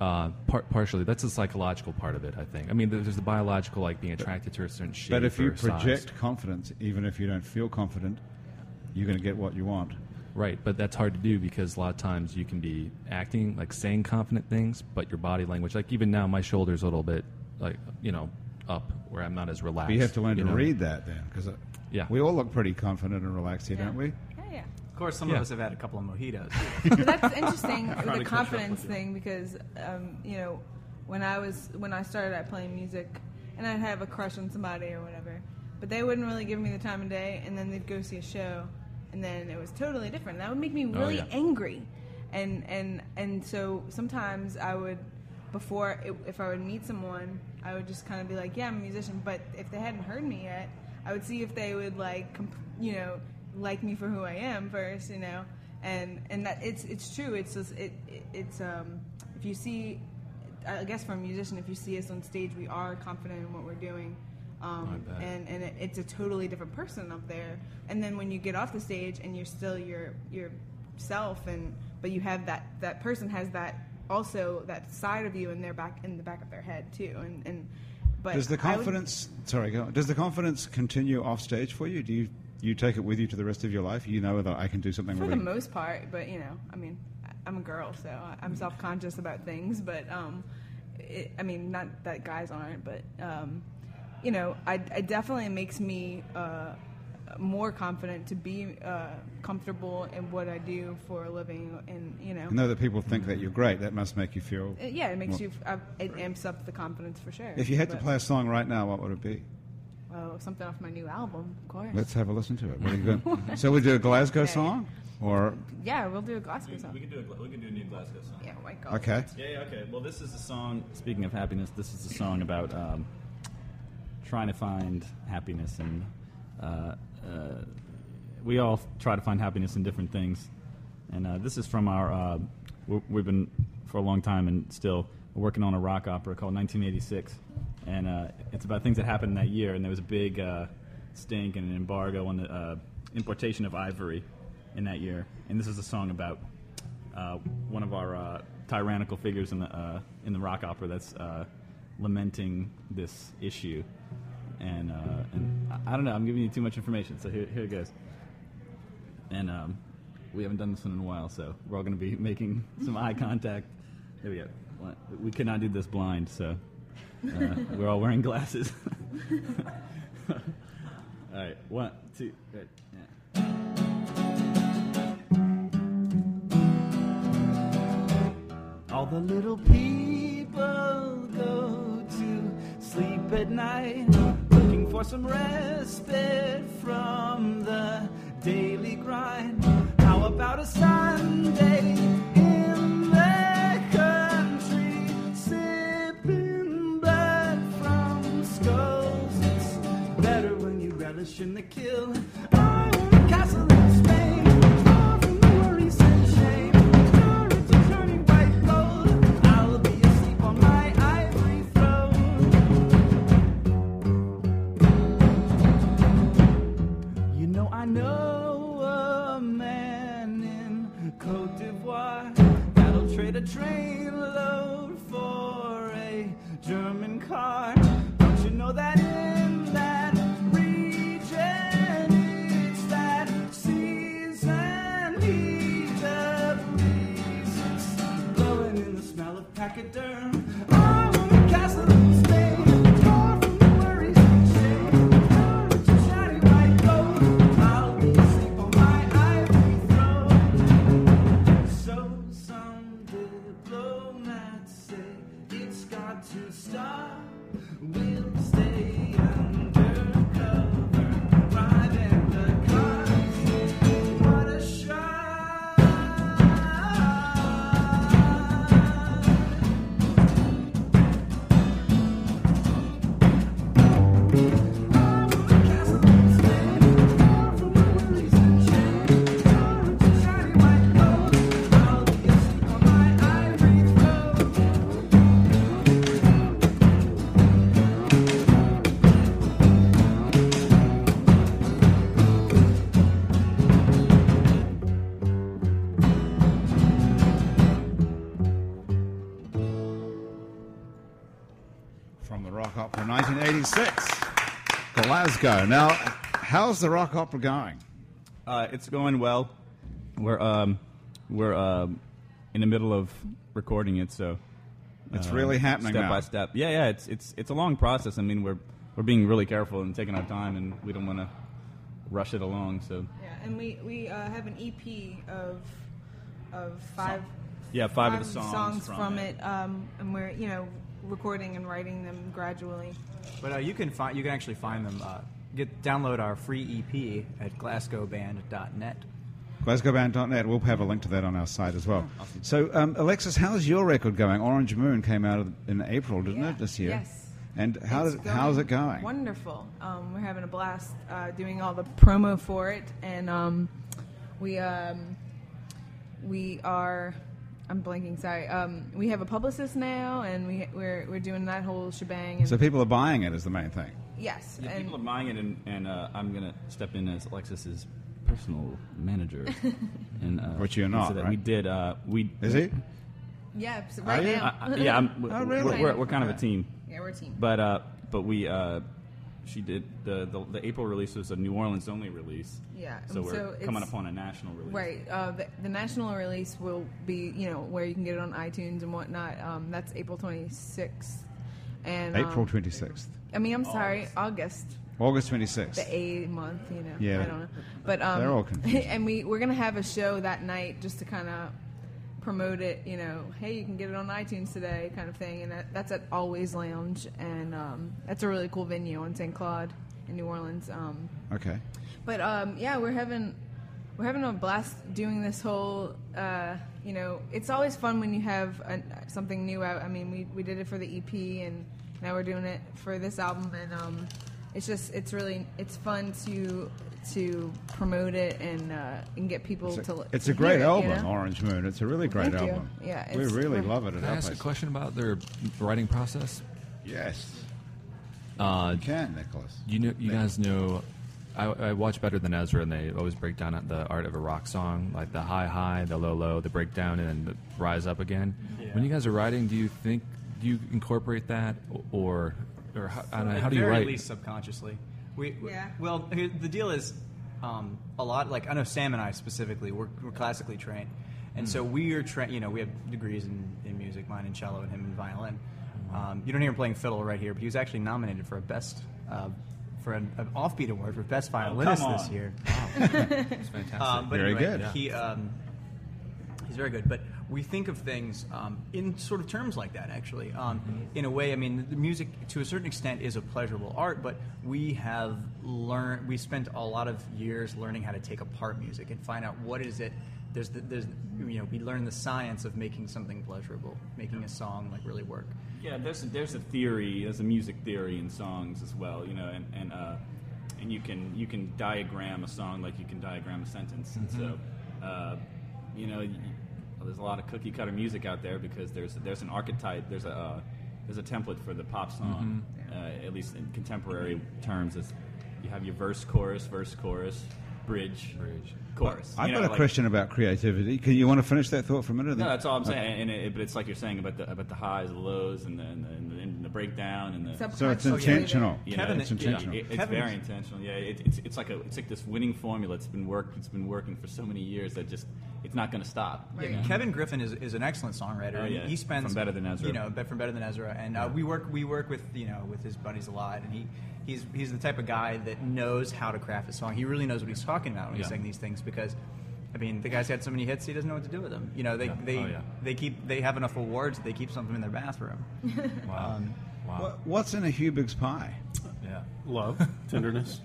Speaker 2: Uh, par- partially, that's the psychological part of it. I think. I mean, there's the biological, like being attracted to a certain shape.
Speaker 1: But if you
Speaker 2: or size.
Speaker 1: project confidence, even if you don't feel confident, you're going to get what you want.
Speaker 2: right? But that's hard to do because a lot of times you can be acting like saying confident things, but your body language, like even now, my shoulders a little bit, like you know, up where I'm not as relaxed.
Speaker 1: But you have to learn
Speaker 2: you
Speaker 1: to
Speaker 2: know?
Speaker 1: read that then, because
Speaker 2: Yeah.
Speaker 1: we all look pretty confident and relaxed here, don't we?
Speaker 3: yeah.
Speaker 7: Of course, some
Speaker 1: Yeah.
Speaker 7: of us have had a couple of mojitos. (laughs)
Speaker 3: But that's interesting with
Speaker 7: Probably
Speaker 3: the
Speaker 7: catch up
Speaker 3: confidence
Speaker 7: with you.
Speaker 3: thing because um, you know when I was when I started out playing music and I'd have a crush on somebody or whatever, but they wouldn't really give me the time of day, and then they'd go see a show, and then it was totally different. That would make me
Speaker 13: Oh,
Speaker 3: really
Speaker 13: yeah.
Speaker 3: angry, and and and so sometimes I would before it, if I would meet someone, I would just kind of be like, yeah, I'm a musician, but if they hadn't heard me yet, I would see if they would like comp- you know like me for who I am first, you know, and and that it's it's true. It's just, it, it it's um if you see, I guess for a musician, if you see us on stage, we are confident in what we're doing. Um,
Speaker 13: I bet.
Speaker 3: and and it, it's a totally different person up there. And then when you get off the stage and you're still your your self, and but you have that that person has that also that side of you in their back in the back of their head too. And and but
Speaker 1: does the
Speaker 3: I would-
Speaker 1: confidence? Sorry, go on. does the confidence continue off stage for you? Do you you take it with you to the rest of your life? You know that I can do something
Speaker 3: for
Speaker 1: really
Speaker 3: the most part but you know i mean I- i'm a girl so I- i'm self-conscious about things but um it, i mean not that guys aren't but um you know i, I definitely it makes me uh more confident to be uh, comfortable in what I do for a living, and you know,
Speaker 1: You know that people think that you're great. That must make you feel.
Speaker 3: Uh, yeah, it makes
Speaker 1: well,
Speaker 3: you. I, it amps up the confidence for sure.
Speaker 1: If you had to
Speaker 3: But-
Speaker 1: play a song right now, what would it be?
Speaker 3: oh, something off my new album, of course.
Speaker 1: Let's have a listen to it. What are you
Speaker 3: (laughs)
Speaker 1: gonna- so we do a Glasgow
Speaker 3: Okay.
Speaker 1: song, or
Speaker 3: Yeah, we'll do a Glasgow
Speaker 9: We,
Speaker 3: song.
Speaker 9: we could do a, Gla- we could do a new Glasgow song.
Speaker 3: Yeah, white
Speaker 1: Glasgow. Okay.
Speaker 9: Yeah, yeah, okay. Well, this is a song. Speaking of happiness, this is a song about um, trying to find happiness, and uh, uh, we all try to find happiness in different things. And uh, this is from our. Uh, we- we've been for a long time and still working on a rock opera called 1986, and uh, it's about things that happened that year. And there was a big uh, stink and an embargo on the uh, importation of ivory in that year. And this is a song about uh, one of our uh, tyrannical figures in the uh, in the rock opera that's uh, lamenting this issue, and uh, and I, I don't know. I'm giving you too much information, so here here it goes. And um, we haven't done this one in a while, so we're all going to be (laughs) making some eye contact. There we go. One- We could not do this blind, so uh, we're all wearing glasses. (laughs) all right, one, two, good. Yeah.
Speaker 13: All the little people go to sleep at night, looking for some respite from the daily grind. How about a Sunday in the country, sipping blood from skulls? It's better when you relish in the kill. I want a castle in Spain, far from the worries and shame. Courage is turning white gold. I'll be asleep on my ivory throne. You know I know a man in Cote d'Ivoire that'll trade a train load for a German car. Don't you know that in that region it's that season heat of reasons blowing in the smell of pachyderm. I want a castle in Spain, far from the worries and shame. Courage and shiny white gold. I'll be asleep on my ivory throne. So some diplomats say it's got to stop. We'll stay undercover, ride in the cars. What a shock!
Speaker 1: from the Rock Opera 1986, Glasgow. Now, how's the Rock Opera going?
Speaker 9: Uh, it's going well. We're um, we're um, in the middle of recording it, so
Speaker 1: It's really happening
Speaker 9: Uh, step
Speaker 1: now.
Speaker 9: by step. Yeah, yeah. It's it's it's a long process. I mean, we're we're being really careful and taking our time, and we don't want to rush it along. So
Speaker 3: Yeah, and we we uh, have an EP of of five.
Speaker 9: Yeah, five of the songs
Speaker 3: from,
Speaker 9: from
Speaker 3: it, um, and we're you know recording and writing them gradually.
Speaker 7: But uh, you can find you can actually find them. Uh, get download our free EP at GlasgowBand.net.
Speaker 1: GlasgowBand.net. We'll have a link to that on our site as well. So, um, Alexis, how's your record going? Orange Moon came out of- in April, didn't it, this year?
Speaker 3: yes.
Speaker 1: And how
Speaker 3: It's
Speaker 1: did, how's it going?
Speaker 3: Wonderful. Um, we're having a blast uh, doing all the promo for it, and um, we um, we are. I'm blanking. Sorry. Um, we have a publicist now, and we we're we're doing that whole shebang. And
Speaker 1: So people are buying it is the main thing.
Speaker 3: yes,
Speaker 9: Yeah,
Speaker 3: and
Speaker 9: people are buying it, and, and uh, I'm gonna step in as Alexis's personal
Speaker 3: (laughs)
Speaker 9: manager. and uh,
Speaker 1: Which you're
Speaker 9: and
Speaker 1: not,
Speaker 9: So that
Speaker 1: right?
Speaker 9: we did. Uh, we
Speaker 1: is he?
Speaker 3: yeah, so right now.
Speaker 9: I, I, Uh, yeah, I'm, we're,
Speaker 3: Oh, really?
Speaker 9: we're, we're, we're kind of a
Speaker 3: Yeah.
Speaker 9: team.
Speaker 3: (laughs) Yeah, we're a team.
Speaker 9: But uh, but we uh, she did the, the the April release was a New Orleans only release.
Speaker 3: Yeah,
Speaker 9: So
Speaker 3: and
Speaker 9: we're
Speaker 3: so it's-
Speaker 9: coming upon a national release.
Speaker 3: Right. Uh, the, the national release will be, you know, where you can get it on iTunes and whatnot. Um, that's April 26th. And um,
Speaker 1: April 26th.
Speaker 3: I mean, I'm sorry, August.
Speaker 1: August 26th.
Speaker 3: The A month, you know.
Speaker 1: Yeah.
Speaker 3: I don't know. But um,
Speaker 1: They're all confusing.
Speaker 3: (laughs) And we we're gonna have a show that night just to kind of promote it. You know, hey, you can get it on iTunes today, kind of thing. And that, that's at Always Lounge, and um, that's a really cool venue on St. Claude in New Orleans. Um,
Speaker 1: Okay.
Speaker 3: but um, yeah, we're having we're having a blast doing this whole. Uh, you know, it's always fun when you have an, something new out. I mean, we we did it for the EP, and now we're doing it for this album, and um, it's just it's really it's fun to to promote it and uh, and get people
Speaker 1: It's
Speaker 3: to.
Speaker 1: a,
Speaker 3: li-
Speaker 1: it's
Speaker 3: to
Speaker 1: a
Speaker 3: hear
Speaker 1: great
Speaker 3: it, you
Speaker 1: album,
Speaker 3: know?
Speaker 1: Orange Moon. It's a really great
Speaker 3: Thank you.
Speaker 1: album.
Speaker 3: Yeah,
Speaker 1: we
Speaker 3: it's-
Speaker 1: really
Speaker 3: we're-
Speaker 1: love it. At
Speaker 2: Can I
Speaker 1: our
Speaker 2: ask a
Speaker 1: place.
Speaker 2: question about their writing process?
Speaker 1: Yes.
Speaker 2: Uh,
Speaker 1: can, Nicholas.
Speaker 2: You know, you guys know. I, I watch better than Ezra, and they always break down the art of a rock song, like the high, high, the low, low, the breakdown, and then the rise up again.
Speaker 9: Yeah.
Speaker 2: When you guys are writing, do you think do you incorporate that, or or how, I don't know,
Speaker 7: At
Speaker 2: how do you
Speaker 7: very
Speaker 2: write?
Speaker 7: least subconsciously. We, we-
Speaker 3: Yeah.
Speaker 7: Well, here- the deal is um, a lot. Like I know Sam and I specifically, we're, we're classically trained, and so
Speaker 2: Hmm.
Speaker 7: we are trained. You know, we have degrees in, in music, mine in cello, and him in violin.
Speaker 2: Hmm.
Speaker 7: Um, you don't hear him playing fiddle right here, but he was actually nominated for a best. Uh, for an, an offbeat award for best
Speaker 2: Oh,
Speaker 7: violinist
Speaker 9: come
Speaker 7: this
Speaker 2: (laughs)
Speaker 9: on.
Speaker 7: year.
Speaker 9: That's fantastic.
Speaker 7: Um, but
Speaker 1: Very
Speaker 7: anyway,
Speaker 1: good.
Speaker 7: He um, he's very good. But we think of things um, in sort of terms like that. Actually, um, in a way, I mean, the music to a certain extent is a pleasurable art, but we have learned. We spent a lot of years learning how to take apart music and find out what is it. There's, the, there's, you know, we learn the science of making something pleasurable, making a song like really work.
Speaker 9: Yeah, there's a, there's a theory, there's a music theory in songs as well, you know, and and uh, and you can you can diagram a song like you can diagram a sentence, and so uh, you know, you, there's a lot of cookie cutter music out there because there's there's an archetype, there's a uh, there's a template for the pop song, uh, at least in contemporary terms. Is you have your verse, chorus, verse, chorus, bridge, bridge, chorus.
Speaker 1: I've
Speaker 9: you
Speaker 1: got a
Speaker 9: know, like-
Speaker 1: question about creativity. Can you want to finish that thought for a minute?
Speaker 9: no, that's all I'm saying. And it, but it's like you're saying about the about the highs, the lows, and the and the, and the, and the breakdown, and the
Speaker 1: So it's intentional.
Speaker 9: You know,
Speaker 1: Kevin-
Speaker 9: it's,
Speaker 1: It's intentional.
Speaker 9: yeah, it- it's
Speaker 1: Kevin-
Speaker 9: very intentional. Yeah, it, it's it's like a it's like this winning formula. It's been worked. It's been working for so many years that just it's not going to stop. Uh, you know?
Speaker 7: Kevin Griffin is, is an excellent songwriter.
Speaker 9: Oh,
Speaker 7: and
Speaker 9: yeah.
Speaker 7: He spends
Speaker 9: From Better Than Ezra.
Speaker 7: You know, but from better than Ezra, and uh, we work we work with you know with his buddies a lot, and he he's he's the type of guy that knows how to craft a song. He really knows what he's talking about when he's
Speaker 9: Yeah.
Speaker 7: saying these things because. I mean, the guy's had so many hits, he doesn't know what to do with them. You know, they
Speaker 9: Yeah.
Speaker 7: they,
Speaker 9: Oh, yeah.
Speaker 7: they keep they have enough awards that they keep something in their bathroom.
Speaker 2: Wow.
Speaker 7: um,
Speaker 2: uh,
Speaker 1: What, what's in a Hubig's pie?
Speaker 9: Yeah.
Speaker 10: Love,
Speaker 1: (laughs)
Speaker 10: tenderness.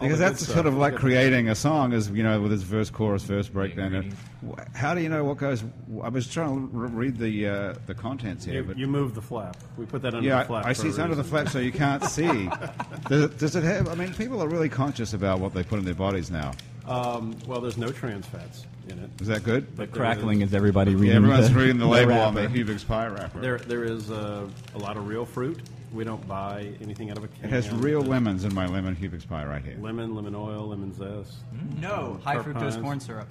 Speaker 1: Because that's sort of like creating a song, is you know, with its verse, chorus, verse breakdown. And wh- How do you know what goes? I was trying to re- read the uh, the contents here,
Speaker 10: You,
Speaker 1: but
Speaker 10: you move the flap. We put that under
Speaker 1: yeah,
Speaker 10: the flap.
Speaker 1: I
Speaker 10: for
Speaker 1: see
Speaker 10: a
Speaker 1: it's under the
Speaker 10: reason.
Speaker 1: flap, so you
Speaker 10: (laughs)
Speaker 1: can't see. does, it, does it have? I mean, people are really conscious about what they put in their bodies now.
Speaker 10: Um, well, there's no trans fats in it.
Speaker 1: Is that good?
Speaker 10: But there
Speaker 9: crackling is everybody reading.
Speaker 1: Yeah,
Speaker 10: (laughs)
Speaker 1: everyone's
Speaker 9: the,
Speaker 1: reading the label on the
Speaker 9: wrapper.
Speaker 1: Hubig's pie wrapper.
Speaker 10: There, there is uh, a lot of real fruit. We don't buy anything out of a can.
Speaker 1: it has real lemons in my lemon Hubig's pie right here.
Speaker 10: Lemon, lemon oil, lemon zest.
Speaker 7: No
Speaker 10: um,
Speaker 1: Mm.
Speaker 7: high
Speaker 10: pepper
Speaker 7: fructose
Speaker 10: pies.
Speaker 7: corn syrup.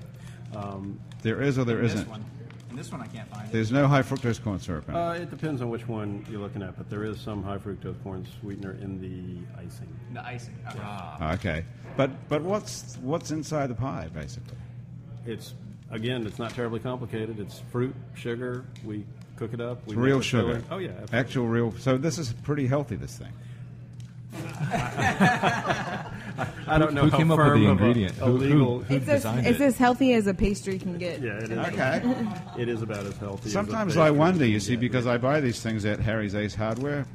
Speaker 10: Um,
Speaker 1: There is or there
Speaker 7: This
Speaker 1: isn't.
Speaker 7: one. And this one I can't find.
Speaker 1: There's no high fructose corn syrup in it.
Speaker 10: Uh, it depends on which one you're looking at, but there is some high fructose corn sweetener in the icing.
Speaker 7: The icing. Okay.
Speaker 9: Ah.
Speaker 1: Ah, Okay, but but what's what's inside the pie basically?
Speaker 10: It's again, it's not terribly complicated. It's fruit, sugar. We cook it up. We
Speaker 1: It's real
Speaker 10: make a
Speaker 1: sugar.
Speaker 10: filling. Oh yeah, absolutely.
Speaker 1: actual real. So this is pretty healthy. This thing.
Speaker 10: I don't know
Speaker 1: Who
Speaker 10: how
Speaker 1: came up with
Speaker 10: firm
Speaker 1: the
Speaker 10: of a-
Speaker 1: ingredient?
Speaker 10: A,
Speaker 1: Who- who-
Speaker 10: legal, who,
Speaker 3: It's, as,
Speaker 10: designed
Speaker 3: it's
Speaker 10: it?
Speaker 3: as healthy as a pastry can get.
Speaker 10: Yeah, it is. (laughs) it is about as healthy. as a
Speaker 1: Sometimes
Speaker 10: pastry.
Speaker 1: I wonder, you see, because I buy these things at Harry's Ace Hardware.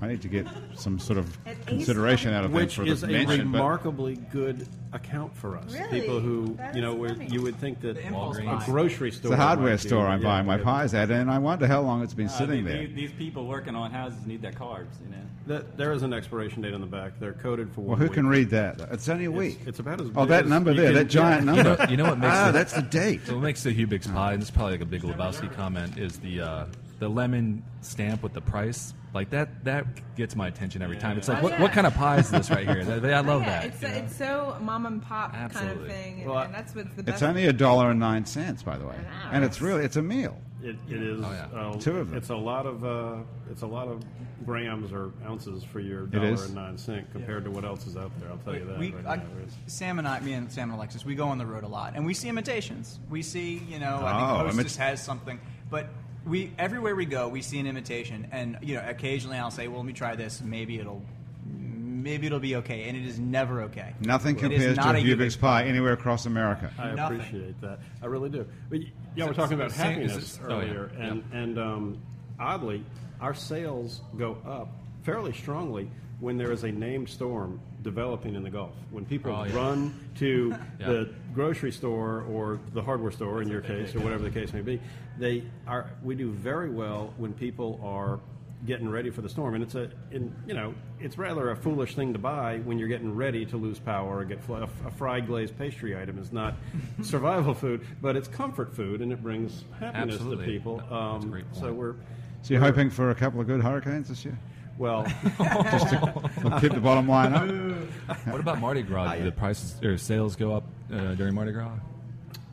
Speaker 1: I need to get some sort of consideration out of them
Speaker 10: which
Speaker 1: for
Speaker 10: is
Speaker 1: the
Speaker 10: a
Speaker 1: mention. but-
Speaker 10: remarkably good account for us.
Speaker 13: Really?
Speaker 10: People who
Speaker 13: That
Speaker 10: you
Speaker 13: is
Speaker 10: know, where
Speaker 13: funny.
Speaker 10: you would think that
Speaker 13: The impulse
Speaker 10: a
Speaker 13: buy.
Speaker 10: grocery
Speaker 1: It's
Speaker 10: store,
Speaker 1: a hardware
Speaker 10: might be-
Speaker 1: store I'm
Speaker 10: yeah,
Speaker 1: buying my
Speaker 10: yeah.
Speaker 1: pies at, and I wonder how long it's been
Speaker 9: Uh,
Speaker 1: sitting
Speaker 9: the-
Speaker 1: there.
Speaker 9: the- These people working on houses need their carbs, you know.
Speaker 10: That, there is an expiration date on the back. They're coded for.
Speaker 1: Well,
Speaker 10: One
Speaker 1: who
Speaker 10: week.
Speaker 1: can read that? It's only a
Speaker 10: It's-
Speaker 1: week.
Speaker 10: It's, about as.
Speaker 1: Oh,
Speaker 10: big
Speaker 1: that
Speaker 10: as
Speaker 1: number
Speaker 10: you
Speaker 1: there,
Speaker 10: can
Speaker 1: that
Speaker 10: get. (laughs)
Speaker 1: giant
Speaker 2: You know, you know what makes
Speaker 1: Ah,
Speaker 2: the,
Speaker 1: that's the date.
Speaker 2: So what makes the Hubix pie, and it's probably like a big Lebowski comment, is the uh, the lemon stamp with the price. Like that that gets my attention every time. It's like,
Speaker 3: Oh,
Speaker 2: what,
Speaker 3: yeah.
Speaker 2: what kind of pie is this right here? That- that- I love
Speaker 3: Oh, yeah,
Speaker 2: that.
Speaker 3: It's,
Speaker 2: you know?
Speaker 3: it's so mom and pop kind
Speaker 2: Absolutely.
Speaker 3: of thing, and,
Speaker 2: Well, I-
Speaker 3: and that's what's the best.
Speaker 1: It's only a dollar and nine cents, by the way, and it's really it's a meal.
Speaker 10: It, it is.
Speaker 1: Oh, yeah.
Speaker 10: uh,
Speaker 1: Two of them.
Speaker 10: It's a lot of. Uh, it's a lot of grams or ounces for your
Speaker 1: It
Speaker 10: dollar
Speaker 1: is.
Speaker 10: and nine cent compared to what else is out there. I'll tell you that.
Speaker 7: we,
Speaker 10: right
Speaker 7: I,
Speaker 10: now. It's-
Speaker 7: Sam and I, me and Sam and Alexis, we go on the road a lot, and we see imitations. We see, you know,
Speaker 1: Oh,
Speaker 7: I think Hostess
Speaker 1: imit-
Speaker 7: has something, but we everywhere we go, we see an imitation, and you know, occasionally I'll say, "Well, let me try this. Maybe it'll, maybe it'll be okay," and it is never okay.
Speaker 1: Nothing
Speaker 7: It is
Speaker 1: compares to a
Speaker 7: not a
Speaker 1: Hubix pie anywhere across America.
Speaker 10: I
Speaker 7: Nothing.
Speaker 10: appreciate that. I really do. But y- yeah,
Speaker 7: So
Speaker 10: we're talking about
Speaker 7: it's- it's-
Speaker 10: happiness
Speaker 7: it's- oh, yeah.
Speaker 10: earlier, and and um, oddly, our sales go up fairly strongly when there is a named storm developing in the Gulf. When people
Speaker 2: Oh, yeah.
Speaker 10: run (laughs) to
Speaker 2: Yeah.
Speaker 10: the grocery store or the hardware store, in your case, or whatever the case may be, they are. We do very well when people are getting ready for the storm and it's a in you know it's rather a foolish thing to buy when you're getting ready to lose power or get fl- a, f- a fried glazed pastry item is
Speaker 2: (laughs)
Speaker 10: not survival food but it's comfort food and it brings happiness
Speaker 2: Absolutely.
Speaker 10: to people um, so we're
Speaker 1: So you're hoping for a couple of good hurricanes this year?
Speaker 10: well
Speaker 1: Just to we'll keep the bottom line up.
Speaker 2: what about Mardi Gras? Do the prices or sales go up uh, during Mardi Gras?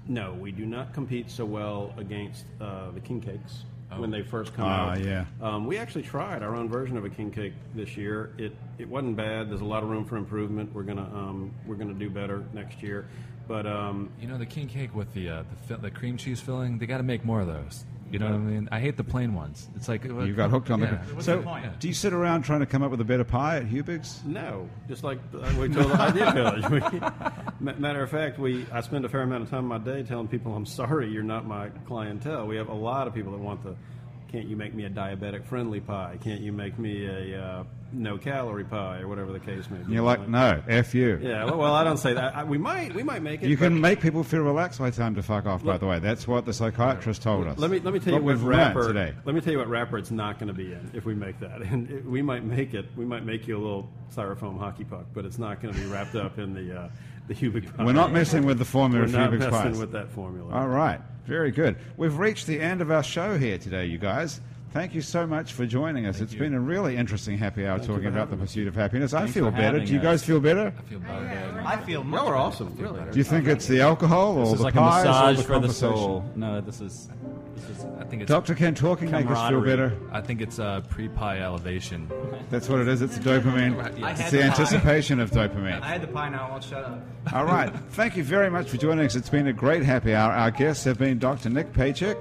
Speaker 10: No, we do not compete so well against uh, the king cakes when they first come
Speaker 1: Ah,
Speaker 10: out.
Speaker 1: yeah.
Speaker 10: Um, we actually tried our own version of a king cake this year. It it wasn't bad. There's a lot of room for improvement. We're gonna um, we're gonna do better next year. But um,
Speaker 2: You know the king cake with the uh, the, fi- the cream cheese filling. They got to make more of those. You know what I mean? I hate the plain ones. It's like
Speaker 1: You got hooked on
Speaker 2: Yeah.
Speaker 1: the. So, do you sit around trying to come up with a better pie at Hubig's?
Speaker 10: No, just like uh, we told the Idea Village. (laughs) We, ma- matter of fact, we I spend a fair amount of time in my day telling people, "I'm sorry, you're not my clientele." We have a lot of people that want the, "Can't you make me a diabetic-friendly pie? Can't you make me a uh, no-calorie pie or whatever the case may be?"
Speaker 1: And you're like, no, f you.
Speaker 10: Yeah, well, well, I don't say that. I, we might, we might make it.
Speaker 1: You
Speaker 10: but
Speaker 1: can make people feel relaxed by the time to fuck off. By the way, that's what the psychiatrist told us.
Speaker 10: Let me let me tell
Speaker 1: What
Speaker 10: you what
Speaker 1: we've learned
Speaker 10: wrapper.
Speaker 1: today.
Speaker 10: Let me tell you what wrapper it's not going to be in if we make that, (laughs) and it, we might make it. We might make you a little styrofoam hockey puck, but it's not going to be wrapped up in the uh, the Hubik.
Speaker 1: We're not messing with the formula
Speaker 10: We're
Speaker 1: of
Speaker 10: not
Speaker 1: Hubig's
Speaker 10: messing
Speaker 1: pies.
Speaker 10: with that formula.
Speaker 1: All right. Very good. We've reached the end of our show here today, you guys. Thank you so much for joining us. It's been a really interesting happy hour
Speaker 10: you
Speaker 1: talking
Speaker 10: for
Speaker 1: about the
Speaker 10: having us.
Speaker 1: pursuit of happiness. I
Speaker 10: Thanks
Speaker 1: feel
Speaker 10: for
Speaker 1: better.
Speaker 10: having
Speaker 1: Do you
Speaker 10: us.
Speaker 1: guys feel better?
Speaker 2: I feel better.
Speaker 7: I feel much.
Speaker 10: Y'all are awesome, really.
Speaker 1: Do you think it's the alcohol or
Speaker 9: This
Speaker 1: the
Speaker 9: is like a
Speaker 1: pies or
Speaker 9: massage
Speaker 1: the
Speaker 9: for the
Speaker 1: conversation?
Speaker 9: soul. No, this is. This is
Speaker 2: I think it's
Speaker 1: Doctor, can talking make us feel
Speaker 2: camaraderie.
Speaker 1: better?
Speaker 2: I think it's uh, pre-pie elevation.
Speaker 1: That's what it is. It's dopamine.
Speaker 7: I
Speaker 1: It's
Speaker 7: had
Speaker 1: the
Speaker 7: the pie.
Speaker 1: anticipation of dopamine.
Speaker 7: I had the pie now. I won't shut up.
Speaker 1: All right. Thank you very much for joining us. It's been a great happy hour. Our guests have been Dr. Nick Paycheck,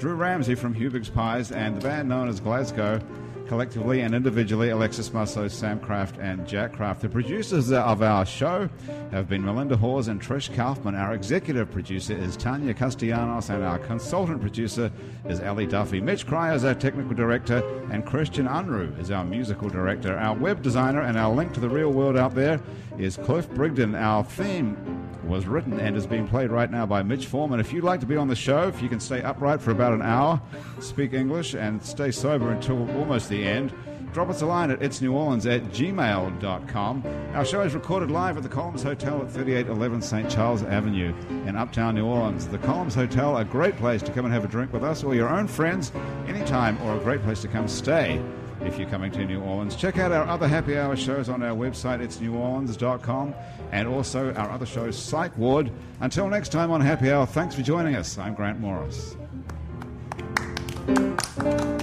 Speaker 1: Drew Ramsey from Hubig's Pies, and the band known as Glasgow, collectively and individually, Alexis Musso, Sam Kraft, and Jack Kraft. The producers of our show have been Melinda Hawes and Trish Kaufman. Our executive producer is Tanya Castellanos, and our consultant producer is Ali Duffy. Mitch Cryer is our technical director, and Christian Unruh is our musical director. Our web designer and our link to the real world out there is Cliff Brigden. Our theme was written and is being played right now by Mitch Foreman. If you'd like to be on the show, if you can stay upright for about an hour, speak English, and stay sober until almost the end, drop us a line at itsneworleans at gmail.com. Our show is recorded live at the Columns Hotel at 3811 St. Charles Avenue in Uptown New Orleans. The Columns Hotel, a great place to come and have a drink with us or your own friends anytime, or a great place to come stay. If you're coming to New Orleans, check out our other happy hour shows on our website, it's neworleans.com, and also our other show, Psych Ward. Until next time on Happy Hour, thanks for joining us. I'm Grant Morris.
Speaker 13: Bye.